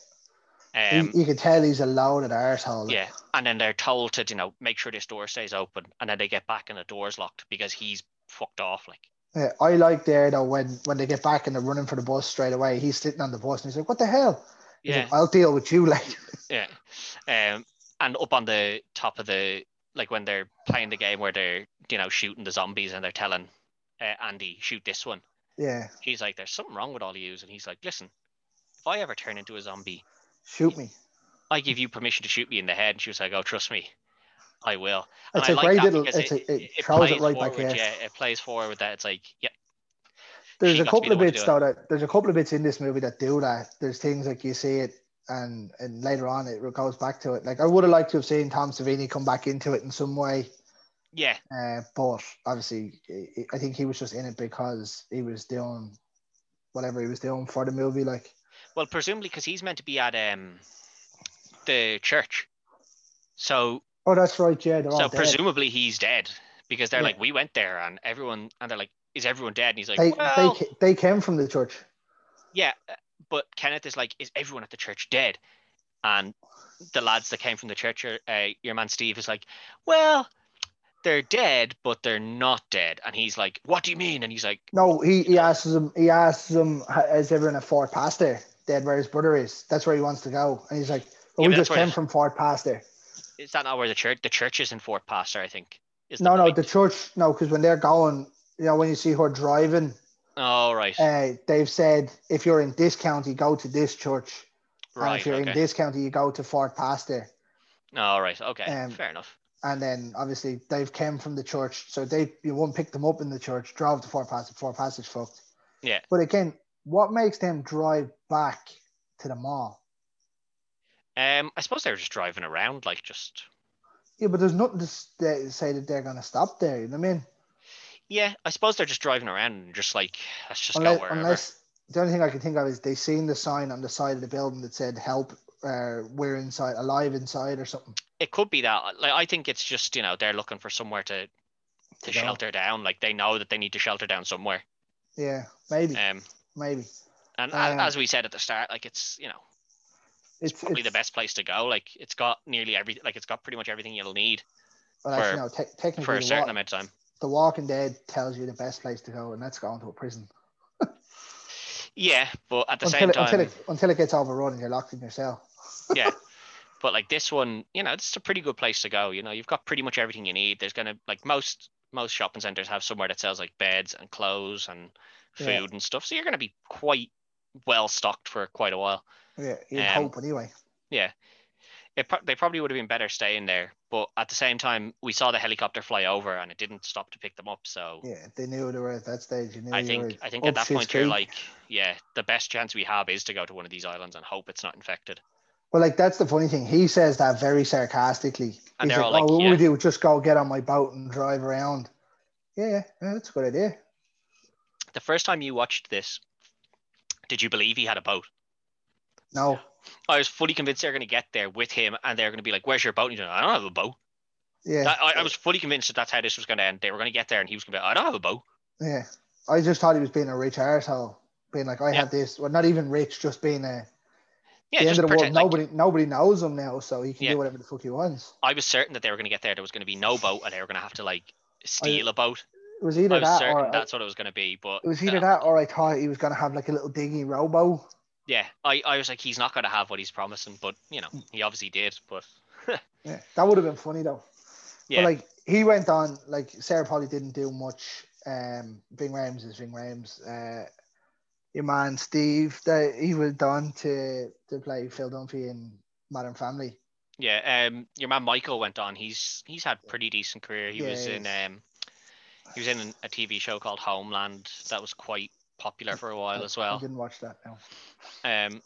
[SPEAKER 2] He-
[SPEAKER 1] um
[SPEAKER 2] you can tell he's a loaded arsehole.
[SPEAKER 1] Yeah, and then they're told to you know make sure this door stays open, and then they get back and the door's locked because he's fucked off. Like,
[SPEAKER 2] Yeah, I like there though when when they get back and they're running for the bus straight away. He's sitting on the bus and he's like, "What the hell?" He's
[SPEAKER 1] yeah,
[SPEAKER 2] like, I'll deal with you later.
[SPEAKER 1] yeah. Um, and up on the top of the like when they're playing the game where they're you know shooting the zombies and they're telling uh, Andy shoot this one.
[SPEAKER 2] Yeah,
[SPEAKER 1] He's like, there's something wrong with all of yous, and he's like, listen, if I ever turn into a zombie,
[SPEAKER 2] shoot me.
[SPEAKER 1] I give you permission to shoot me in the head. And she was like, oh, trust me, I will. And
[SPEAKER 2] It's
[SPEAKER 1] I
[SPEAKER 2] a
[SPEAKER 1] like
[SPEAKER 2] great
[SPEAKER 1] that
[SPEAKER 2] little.
[SPEAKER 1] because
[SPEAKER 2] It's a, it, throws
[SPEAKER 1] plays
[SPEAKER 2] it right
[SPEAKER 1] forward.
[SPEAKER 2] back here.
[SPEAKER 1] Yeah, it plays forward with that. It's like, yeah,
[SPEAKER 2] there's
[SPEAKER 1] She
[SPEAKER 2] a
[SPEAKER 1] got to be
[SPEAKER 2] couple
[SPEAKER 1] the
[SPEAKER 2] of
[SPEAKER 1] one to
[SPEAKER 2] bits
[SPEAKER 1] do
[SPEAKER 2] though that there's a couple of bits in this movie that do that. There's things like you see it and and later on it goes back to it. Like I would have liked to have seen Tom Savini come back into it in some way,
[SPEAKER 1] yeah.
[SPEAKER 2] uh, but obviously I- I think he was just in it because he was doing whatever he was doing for the movie. Like
[SPEAKER 1] Well, presumably because he's meant to be at um the church. So
[SPEAKER 2] oh that's right, yeah, they're
[SPEAKER 1] so
[SPEAKER 2] all dead.
[SPEAKER 1] presumably he's dead because they're
[SPEAKER 2] Yeah.
[SPEAKER 1] like we went there and everyone and they're like is everyone dead and he's like
[SPEAKER 2] they,
[SPEAKER 1] well
[SPEAKER 2] they ca- they came from the church.
[SPEAKER 1] yeah but Kenneth is like is everyone at the church dead and the lads that came from the church are, uh, your man Steve is like well they're dead but they're not dead and he's like what do you mean and he's like
[SPEAKER 2] No, he, he asks him. He asks him, "Ha- "Is everyone at Fort Pastor dead? Where his brother is? That's where he wants to go." And he's like,
[SPEAKER 1] Yeah,
[SPEAKER 2] "Well,
[SPEAKER 1] but
[SPEAKER 2] we
[SPEAKER 1] that's
[SPEAKER 2] just
[SPEAKER 1] where
[SPEAKER 2] came
[SPEAKER 1] the-
[SPEAKER 2] from Fort Pastor."
[SPEAKER 1] is that not where the church the church is in Fort Pastor I think is
[SPEAKER 2] No, no,
[SPEAKER 1] point.
[SPEAKER 2] the church. No, because when they're going, you know, when you see her driving,
[SPEAKER 1] oh right
[SPEAKER 2] uh, they've said if you're in this county, go to this church, and
[SPEAKER 1] right
[SPEAKER 2] if you're in
[SPEAKER 1] okay
[SPEAKER 2] this county, you go to Fort Pastor.
[SPEAKER 1] all right okay
[SPEAKER 2] um,
[SPEAKER 1] fair enough
[SPEAKER 2] And then obviously they've came from the church, so they you one picked them up in the church, drove to Fort Pastor. Fort Pastor's fucked.
[SPEAKER 1] Yeah.
[SPEAKER 2] But again, what makes them drive back to the mall?
[SPEAKER 1] Um, I suppose they were just driving around, like just
[SPEAKER 2] Yeah, but there's nothing to s- they say that they're going to stop there. You know what I mean?
[SPEAKER 1] yeah. I suppose they're just driving around and just like let's just
[SPEAKER 2] unless,
[SPEAKER 1] go wherever.
[SPEAKER 2] unless the only thing I can think of is they seen the sign on the side of the building that said "Help, uh, we're inside, alive inside" or something.
[SPEAKER 1] It could be that. Like I think it's just you know they're looking for somewhere to to
[SPEAKER 2] To go.
[SPEAKER 1] shelter down. Like they know that they need to shelter down somewhere.
[SPEAKER 2] Yeah, maybe,
[SPEAKER 1] Um,
[SPEAKER 2] maybe.
[SPEAKER 1] and a-
[SPEAKER 2] Um,
[SPEAKER 1] as we said at the start, like it's you know
[SPEAKER 2] It's
[SPEAKER 1] probably the
[SPEAKER 2] it's-
[SPEAKER 1] best place to go. Like it's got nearly everything. Like it's got pretty much everything you'll need
[SPEAKER 2] Well, actually,
[SPEAKER 1] for-
[SPEAKER 2] no. Te- technically,
[SPEAKER 1] for a
[SPEAKER 2] the,
[SPEAKER 1] certain
[SPEAKER 2] Walk-
[SPEAKER 1] amount of time.
[SPEAKER 2] the Walking Dead tells you the best place to go, and that's going to a prison
[SPEAKER 1] Yeah, but at the
[SPEAKER 2] until
[SPEAKER 1] same
[SPEAKER 2] it,
[SPEAKER 1] time,
[SPEAKER 2] until it until it gets overrun and you're locked in your cell.
[SPEAKER 1] yeah. But like this one, you know, it's a pretty good place to go. You know, you've got pretty much everything you need. There's gonna like most most shopping centers have somewhere that sells like beds and clothes and food
[SPEAKER 2] Yeah.
[SPEAKER 1] and stuff. So you're gonna be quite well stocked for quite a while.
[SPEAKER 2] Yeah, you'd
[SPEAKER 1] Um,
[SPEAKER 2] hope anyway.
[SPEAKER 1] it pro- they probably would have been better staying there. But at the same time, we saw the helicopter fly over, and it didn't stop to pick them up. So
[SPEAKER 2] Yeah, they knew they were at that stage. You knew
[SPEAKER 1] I
[SPEAKER 2] you were
[SPEAKER 1] think I think
[SPEAKER 2] up
[SPEAKER 1] at that
[SPEAKER 2] shit's
[SPEAKER 1] point you're
[SPEAKER 2] creek.
[SPEAKER 1] like, yeah, the best chance we have is to go to one of these islands and hope it's not infected.
[SPEAKER 2] Well, like that's the funny thing. He says that very sarcastically.
[SPEAKER 1] And
[SPEAKER 2] He's
[SPEAKER 1] they're
[SPEAKER 2] like,
[SPEAKER 1] all
[SPEAKER 2] "Oh,
[SPEAKER 1] like,
[SPEAKER 2] what
[SPEAKER 1] yeah."
[SPEAKER 2] would you just go get on my boat and drive around?" Yeah, yeah, that's a good idea.
[SPEAKER 1] The first time you watched this, did you believe he had a boat?
[SPEAKER 2] No,
[SPEAKER 1] I was fully convinced they're going to get there with him, and they're going to be like, "Where's your boat?" And he's like, "I don't have a boat."
[SPEAKER 2] yeah,
[SPEAKER 1] That- I, I was fully convinced that that's how this was going to end. They were going to get there, and he was going to be, like, "I don't have a boat."
[SPEAKER 2] yeah. I just thought he was being a rich arsehole, being like, "I
[SPEAKER 1] Yeah.
[SPEAKER 2] have this." Well, not even rich, just being a
[SPEAKER 1] Yeah,
[SPEAKER 2] the
[SPEAKER 1] just
[SPEAKER 2] end of the world.
[SPEAKER 1] pretend, like,
[SPEAKER 2] nobody, nobody knows him now, so he can
[SPEAKER 1] Yeah.
[SPEAKER 2] do whatever the fuck he wants.
[SPEAKER 1] I was certain that they were going to get there. There was going to be no boat, and they were going to have to like steal a boat.
[SPEAKER 2] It was
[SPEAKER 1] I
[SPEAKER 2] either
[SPEAKER 1] was
[SPEAKER 2] that,
[SPEAKER 1] certain
[SPEAKER 2] or
[SPEAKER 1] that's what it was going to be. But
[SPEAKER 2] it was either
[SPEAKER 1] no.
[SPEAKER 2] that, or I thought he was gonna have like a little dingy rowboat.
[SPEAKER 1] yeah, I, I was like, he's not going to have what he's promising, but you know, he obviously did. But
[SPEAKER 2] Yeah, that would have been funny though.
[SPEAKER 1] yeah,
[SPEAKER 2] But like he went on, like Sarah Polly didn't do much. Um, Ving Rhames is Ving Rhames. Uh, your man Steve, that he was done to to play Phil Dunphy in Modern Family.
[SPEAKER 1] yeah. Um, your man Michael went on. He's he's had pretty decent career. He
[SPEAKER 2] Yeah,
[SPEAKER 1] was
[SPEAKER 2] he
[SPEAKER 1] in
[SPEAKER 2] is.
[SPEAKER 1] um, he was in a TV show called Homeland that was quite popular for a while as well.
[SPEAKER 2] I didn't watch that. No,
[SPEAKER 1] Um,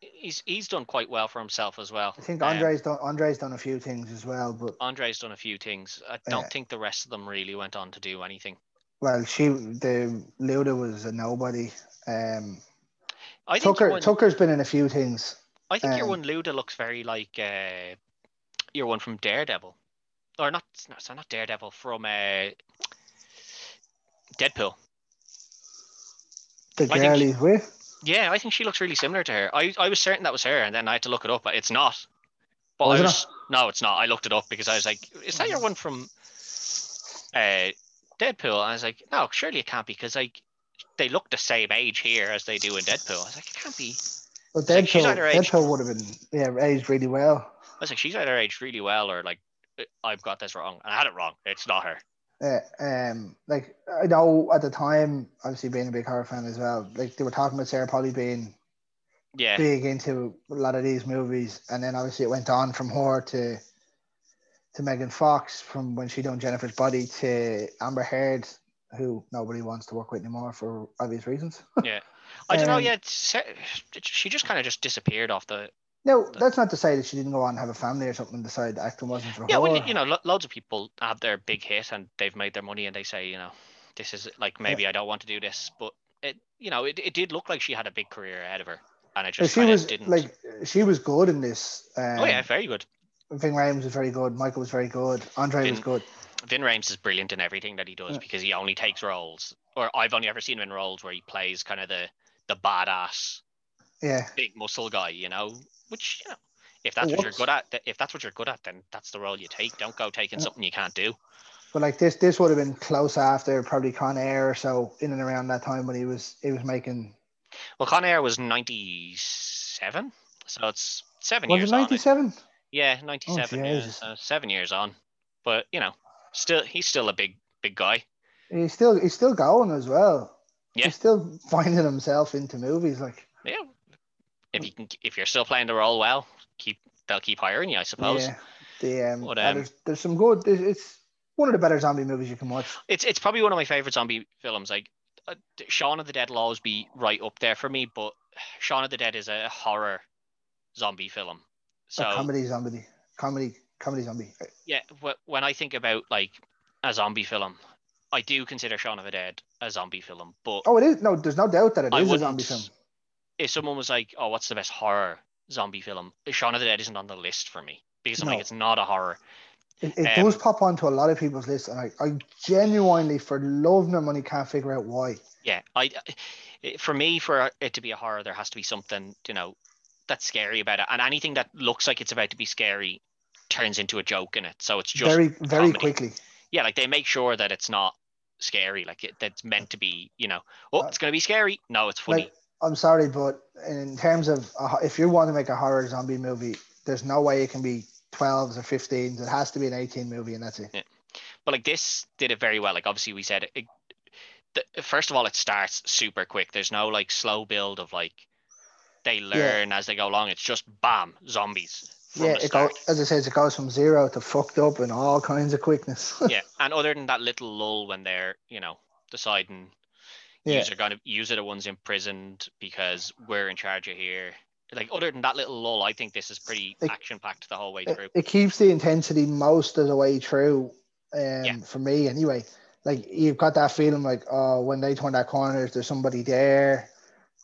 [SPEAKER 1] he's he's done quite well for himself as well.
[SPEAKER 2] I think
[SPEAKER 1] Um,
[SPEAKER 2] Andre's done. Andre's done a few things as well, but
[SPEAKER 1] Andre's done a few things. I don't
[SPEAKER 2] Yeah.
[SPEAKER 1] think the rest of them really went on to do anything.
[SPEAKER 2] well, she the Luda was a nobody. Um,
[SPEAKER 1] I think
[SPEAKER 2] Tucker
[SPEAKER 1] your one,
[SPEAKER 2] Tucker's been in a few things.
[SPEAKER 1] I think your
[SPEAKER 2] um,
[SPEAKER 1] one Luda looks very like uh, your one from Daredevil, or not? No, sorry, not Daredevil from uh, Deadpool.
[SPEAKER 2] The
[SPEAKER 1] I think
[SPEAKER 2] girl
[SPEAKER 1] she-
[SPEAKER 2] he's with.
[SPEAKER 1] Yeah, I think she looks really similar to her. I I was certain that was her, and then I had to look it up. It's not. But
[SPEAKER 2] Oh, is
[SPEAKER 1] I
[SPEAKER 2] it
[SPEAKER 1] was, no, it's not. I looked it up because I was like, is that your one from uh, Deadpool? And I was like, no, surely it can't be because like they look the same age here as they do in Deadpool. I was like, it can't be.
[SPEAKER 2] But
[SPEAKER 1] Like, she's
[SPEAKER 2] Deadpool,
[SPEAKER 1] underage.
[SPEAKER 2] Deadpool would have been yeah aged really well.
[SPEAKER 1] I was like, she's either aged really well or like uh, I've got this wrong. And I had it wrong. It's not her.
[SPEAKER 2] uh, um, like I know at the time, obviously being a big horror fan as well, like they were talking about Sarah Polly being
[SPEAKER 1] Yeah.
[SPEAKER 2] big into a lot of these movies, and then obviously it went on from her to to Megan Fox from when she done Jennifer's Body to Amber Heard, who nobody wants to work with anymore for obvious reasons.
[SPEAKER 1] I don't know.
[SPEAKER 2] Um,
[SPEAKER 1] Yeah. it's- uh, She just kind of just disappeared off the.
[SPEAKER 2] No, that's not to say that she didn't go on and have a family or something. and Decide the acting wasn't for
[SPEAKER 1] Yeah.
[SPEAKER 2] her.
[SPEAKER 1] Well, you- you know, lo- loads of people have their big hit and they've made their money and they say, you know, this is like, maybe I don't want to do this. But it, you know, it, it did look like she had a big career ahead of her. And it
[SPEAKER 2] Like,
[SPEAKER 1] just
[SPEAKER 2] she
[SPEAKER 1] kind
[SPEAKER 2] was
[SPEAKER 1] of didn't.
[SPEAKER 2] like she was good in this. Um,
[SPEAKER 1] oh, yeah. Very good.
[SPEAKER 2] Ving Rhames was very good. Michael was very good. Andre was
[SPEAKER 1] Vin-
[SPEAKER 2] good.
[SPEAKER 1] Vin Rhames is brilliant in everything that he does
[SPEAKER 2] Yeah.
[SPEAKER 1] because he only takes roles, or I've only ever seen him in roles where he plays kind of the the badass
[SPEAKER 2] Yeah.
[SPEAKER 1] big muscle guy, you know. Which you know, if that's what you're
[SPEAKER 2] Whoops.
[SPEAKER 1] good at, th- if that's what you're good at, then that's the role you take. Don't go taking
[SPEAKER 2] Yeah.
[SPEAKER 1] something you can't do.
[SPEAKER 2] But like this, this would have been close after probably Con Air or so, in and around that time when he was he was making.
[SPEAKER 1] Well, Con Air was ninety seven, so it's seven
[SPEAKER 2] Was
[SPEAKER 1] years
[SPEAKER 2] it
[SPEAKER 1] on.
[SPEAKER 2] ninety
[SPEAKER 1] it.
[SPEAKER 2] seven?
[SPEAKER 1] Yeah, ninety seven. yeah,
[SPEAKER 2] Jesus.
[SPEAKER 1] so seven years on, but you know, still he's still a big big guy.
[SPEAKER 2] He's still he's still going as well.
[SPEAKER 1] Yeah.
[SPEAKER 2] He's still finding himself into movies. Like
[SPEAKER 1] Yeah, if you can, if you're still playing the role well, keep they'll keep hiring you, I suppose.
[SPEAKER 2] yeah, the um,
[SPEAKER 1] What,
[SPEAKER 2] yeah,
[SPEAKER 1] um,
[SPEAKER 2] there's, there's some good. It's, it's one of the better zombie movies you can watch.
[SPEAKER 1] it's it's probably one of my favorite zombie films. Like uh, d- Shaun of the Dead will always be right up there for me, but Shaun of the Dead is a horror zombie film.
[SPEAKER 2] A
[SPEAKER 1] So
[SPEAKER 2] comedy zombie, comedy comedy zombie.
[SPEAKER 1] yeah, wh- when I think about like a zombie film, I do consider Shaun of the Dead a zombie film. But
[SPEAKER 2] Oh, it is no. There's no doubt that it is
[SPEAKER 1] I
[SPEAKER 2] a
[SPEAKER 1] wouldn't-
[SPEAKER 2] zombie film.
[SPEAKER 1] if someone was like, "Oh, what's the best horror zombie film?" Shaun of the Dead isn't on the list for me because I'm
[SPEAKER 2] No.
[SPEAKER 1] like, it's not a horror.
[SPEAKER 2] It, it
[SPEAKER 1] Um,
[SPEAKER 2] does pop onto a lot of people's lists, and I, I genuinely, for love nor money, can't figure out why.
[SPEAKER 1] Yeah, I it- for me for it to be a horror, there has to be something you know that's scary about it, and anything that looks like it's about to be scary turns into a joke in it. So it's just
[SPEAKER 2] very, very
[SPEAKER 1] comedy.
[SPEAKER 2] quickly.
[SPEAKER 1] yeah, like they make sure that it's not scary, like it, that's meant to be. You know, oh, it's gonna be scary. No, it's funny.
[SPEAKER 2] Uh, Like, I'm sorry, but in terms of a, ho- if you want to make a horror zombie movie, there's no way it can be 12s or 15s. It has to be an 18 movie, and that's it.
[SPEAKER 1] but like this did it very well. Like obviously we said, it, the, first of all, it starts super quick. There's no like slow build of like they learn as they go along. It's just bam zombies. from
[SPEAKER 2] yeah,
[SPEAKER 1] the
[SPEAKER 2] it go,
[SPEAKER 1] start.
[SPEAKER 2] as I said, it goes from zero to fucked up in all kinds of quickness.
[SPEAKER 1] yeah, and other than that little lull when they're you know deciding
[SPEAKER 2] yeah,
[SPEAKER 1] user going to user the ones imprisoned because we're in charge of here. Like other than that little lull, I think this is pretty
[SPEAKER 2] It-
[SPEAKER 1] action packed the whole way
[SPEAKER 2] it,
[SPEAKER 1] through.
[SPEAKER 2] it keeps the intensity most of the way through. Um,
[SPEAKER 1] Yeah.
[SPEAKER 2] for me anyway, like you've got that feeling like, oh, when they turn that corner, is there somebody there,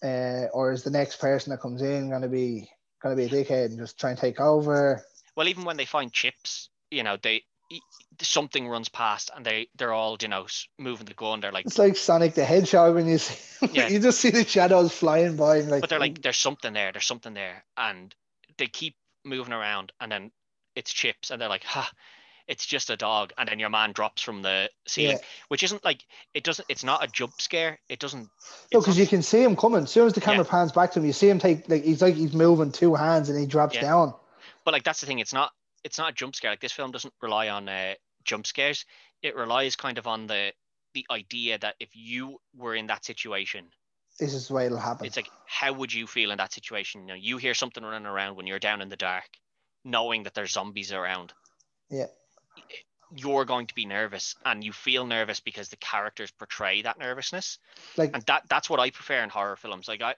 [SPEAKER 2] uh, or is the next person that comes in gonna be gonna be a dickhead and just try and take over?
[SPEAKER 1] Well, even when they find chips, you know they e- something runs past and they they're all you know s- moving the gun. They're like,
[SPEAKER 2] It's like Sonic the Hedgehog when you see,
[SPEAKER 1] Yeah.
[SPEAKER 2] you just see the shadows flying by, and like,
[SPEAKER 1] but they're like, there's something there, there's something there, and they keep moving around, and then it's chips, and they're like, ha, it's just a dog, and then your man drops from the ceiling, which isn't like it doesn't, it's not a jump scare, it doesn't.
[SPEAKER 2] No,
[SPEAKER 1] it's
[SPEAKER 2] because
[SPEAKER 1] not-
[SPEAKER 2] you can see him coming. As soon as the camera pans back to him, you see him take like he's like he's moving two hands and he drops
[SPEAKER 1] Yeah.
[SPEAKER 2] down.
[SPEAKER 1] but like that's the thing it's not it's not a jump scare like this film doesn't rely on uh, jump scares it relies kind of on the the idea that if you were in that situation
[SPEAKER 2] This is the way it'll happen.
[SPEAKER 1] it's like how would you feel in that situation you know you hear something running around when you're down in the dark knowing that there's zombies around
[SPEAKER 2] Yeah.
[SPEAKER 1] you're going to be nervous and you feel nervous because the characters portray that nervousness
[SPEAKER 2] Like
[SPEAKER 1] and that that's what I prefer in horror films. Like I,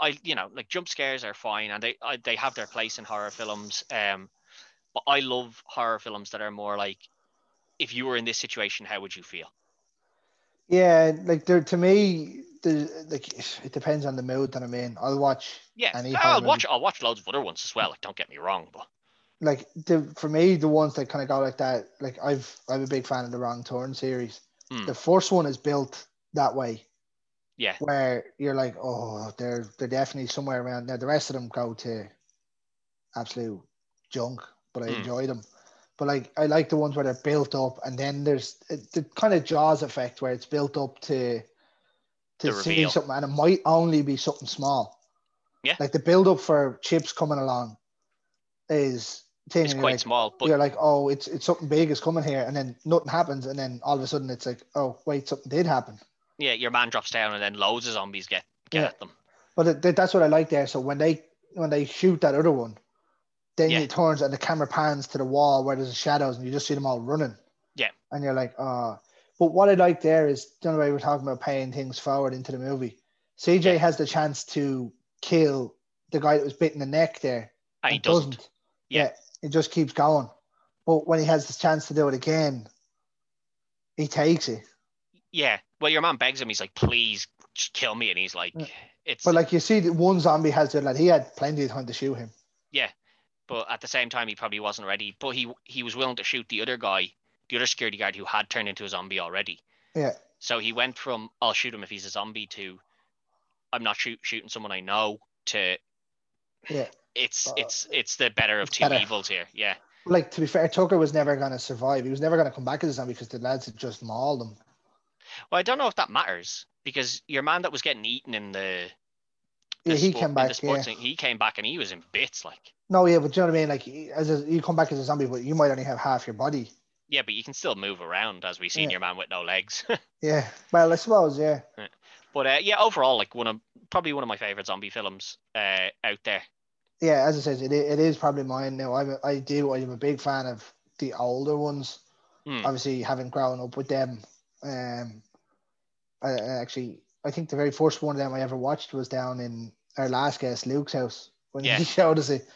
[SPEAKER 1] I you know like jump scares are fine and they I, they have their place in horror films. Um, but I love horror films that are more like, if you were in this situation, how would you feel?
[SPEAKER 2] yeah, like there to me, the like it depends on the mood that I'm in. I'll watch
[SPEAKER 1] Yeah,
[SPEAKER 2] Any horror
[SPEAKER 1] I'll
[SPEAKER 2] movie.
[SPEAKER 1] watch I'll watch loads of other ones as well. Like don't get me wrong, but
[SPEAKER 2] like the for me the ones that kind of go like that. Like I've I'm a big fan of the Wrong Turn series.
[SPEAKER 1] Hmm.
[SPEAKER 2] The first one is built that way.
[SPEAKER 1] yeah,
[SPEAKER 2] where you're like, oh, they're they're definitely somewhere around. Now the rest of them go to absolute junk, but I
[SPEAKER 1] Hmm.
[SPEAKER 2] enjoy them. But like I like the ones where they're built up, and then there's it- the kind of Jaws effect where it's built up to to
[SPEAKER 1] The
[SPEAKER 2] see
[SPEAKER 1] reveal.
[SPEAKER 2] something, and it might only be something small.
[SPEAKER 1] Yeah.
[SPEAKER 2] like the build up for chips coming along is thing.
[SPEAKER 1] it's
[SPEAKER 2] and you're
[SPEAKER 1] quite
[SPEAKER 2] like,
[SPEAKER 1] small. But
[SPEAKER 2] you're like, oh, it's it's something big is coming here, and then nothing happens, and then all of a sudden it's like, oh, wait, something did happen.
[SPEAKER 1] yeah, your man drops down and then loads of zombies get get
[SPEAKER 2] Yeah.
[SPEAKER 1] at them.
[SPEAKER 2] But it, that's what I like there. So when they when they shoot that other one, then
[SPEAKER 1] Yeah.
[SPEAKER 2] it turns and the camera pans to the wall where there's the shadows, and you just see them all running.
[SPEAKER 1] Yeah.
[SPEAKER 2] And you're like, oh. But what I like there is the other way we're talking about paying things forward into the movie. CJ
[SPEAKER 1] Yeah.
[SPEAKER 2] has the chance to kill the guy that was bitten the neck there.
[SPEAKER 1] And he doesn't. Yeah.
[SPEAKER 2] It just keeps going. But when he has this chance to do it again, he takes it.
[SPEAKER 1] Yeah. Well, your man begs him. He's like, please just kill me, and he's like,
[SPEAKER 2] Yeah.
[SPEAKER 1] it's
[SPEAKER 2] But like you see, the one zombie has the like he had plenty of time to shoot him.
[SPEAKER 1] but at the same time he probably wasn't ready. But he he was willing to shoot the other guy, the other security guard who had turned into a zombie already.
[SPEAKER 2] Yeah.
[SPEAKER 1] So he went from I'll shoot him if he's a zombie to I'm not shoot, shooting someone I know to
[SPEAKER 2] Yeah.
[SPEAKER 1] It's
[SPEAKER 2] Uh,
[SPEAKER 1] it's it's the better of
[SPEAKER 2] it's
[SPEAKER 1] two
[SPEAKER 2] better.
[SPEAKER 1] evils here. Yeah.
[SPEAKER 2] like to be fair, Tucker was never going to survive. He was never going to come back as a zombie because the lads had just mauled him.
[SPEAKER 1] Well, I don't know if that matters because your man that was getting eaten in the, the
[SPEAKER 2] Yeah, he
[SPEAKER 1] sport-
[SPEAKER 2] came
[SPEAKER 1] in the
[SPEAKER 2] back. Yeah.
[SPEAKER 1] sports thing, he came back and he was in bits like.
[SPEAKER 2] No, yeah, but do you know what I mean? Like, he- as a, you come back as a zombie, but you might only have half your body.
[SPEAKER 1] Yeah, but you can still move around as we seen
[SPEAKER 2] Yeah.
[SPEAKER 1] your man with no legs.
[SPEAKER 2] Yeah. Well, I suppose. Yeah.
[SPEAKER 1] But uh, yeah, overall, like one of probably one of my favorite zombie films uh, out there.
[SPEAKER 2] Yeah. As I said, it, i- it is probably mine now. I'm a, I do. I'm a big fan of the older ones.
[SPEAKER 1] Hmm.
[SPEAKER 2] Obviously, having grown up with them. Um, I, I actually, I think the very first one of them I ever watched was down in our last guest, Luke's house, when
[SPEAKER 1] Yeah.
[SPEAKER 2] he showed us it.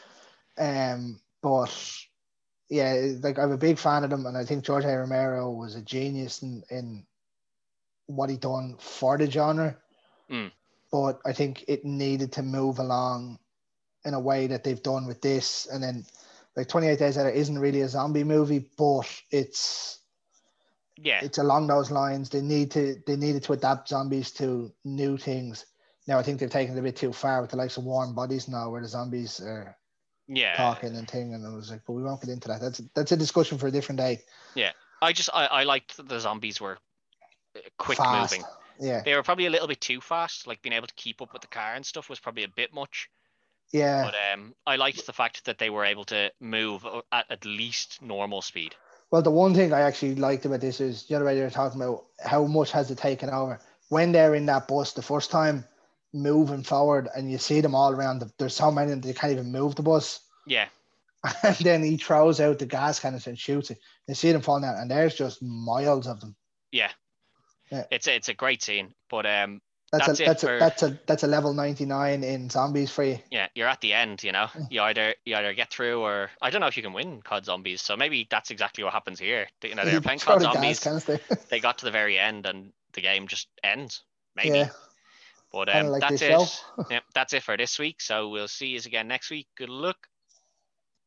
[SPEAKER 2] Um, but yeah, like I'm a big fan of them, and I think George A. Romero was a genius in, in what he done for the genre.
[SPEAKER 1] Mm.
[SPEAKER 2] But I think it needed to move along in a way that they've done with this, and then like 28 Days Later isn't really a zombie movie, but it's
[SPEAKER 1] Yeah,
[SPEAKER 2] it's along those lines. They need to they needed to adapt zombies to new things. Now I think they've taken it a bit too far with the likes of warm bodies now, where the zombies are
[SPEAKER 1] yeah.
[SPEAKER 2] talking and thing. And I was like, but we won't get into that. That's that's a discussion for a different day.
[SPEAKER 1] I just I, I liked that the zombies were uh, quick
[SPEAKER 2] Fast.
[SPEAKER 1] moving.
[SPEAKER 2] Yeah,
[SPEAKER 1] They were probably a little bit too fast. Like being able to keep up with the car and stuff was probably a bit much.
[SPEAKER 2] yeah.
[SPEAKER 1] But um, I liked the fact that they were able to move o- at at least normal speed.
[SPEAKER 2] Well, the one thing I actually liked about this is you know what you were talking about how much has it taken over when they're in that bus the first time, moving forward, and you see them all around. The, there's so many they can't even move the bus.
[SPEAKER 1] Yeah,
[SPEAKER 2] and then he throws out the gas cannons and shoots it. You see them falling out, and there's just miles of them.
[SPEAKER 1] Yeah.
[SPEAKER 2] Yeah.
[SPEAKER 1] It's a, it's a great scene, but um,
[SPEAKER 2] That's,
[SPEAKER 1] That's
[SPEAKER 2] a
[SPEAKER 1] it
[SPEAKER 2] that's
[SPEAKER 1] for-
[SPEAKER 2] a that's a that's a level ninety nine in zombies for you.
[SPEAKER 1] yeah, you're at the end. You know, you either you either get through or I don't know if you can win COD Zombies. So maybe that's exactly what happens here. You know, they're playing
[SPEAKER 2] Throw
[SPEAKER 1] COD
[SPEAKER 2] the gas
[SPEAKER 1] Zombies.
[SPEAKER 2] canister.
[SPEAKER 1] They got to the very end and the game just ends. Maybe.
[SPEAKER 2] yeah,
[SPEAKER 1] But
[SPEAKER 2] kinda
[SPEAKER 1] um,
[SPEAKER 2] like
[SPEAKER 1] that's
[SPEAKER 2] this
[SPEAKER 1] it.
[SPEAKER 2] show.
[SPEAKER 1] yep, that's it for this week. So we'll see you again next week. Good luck.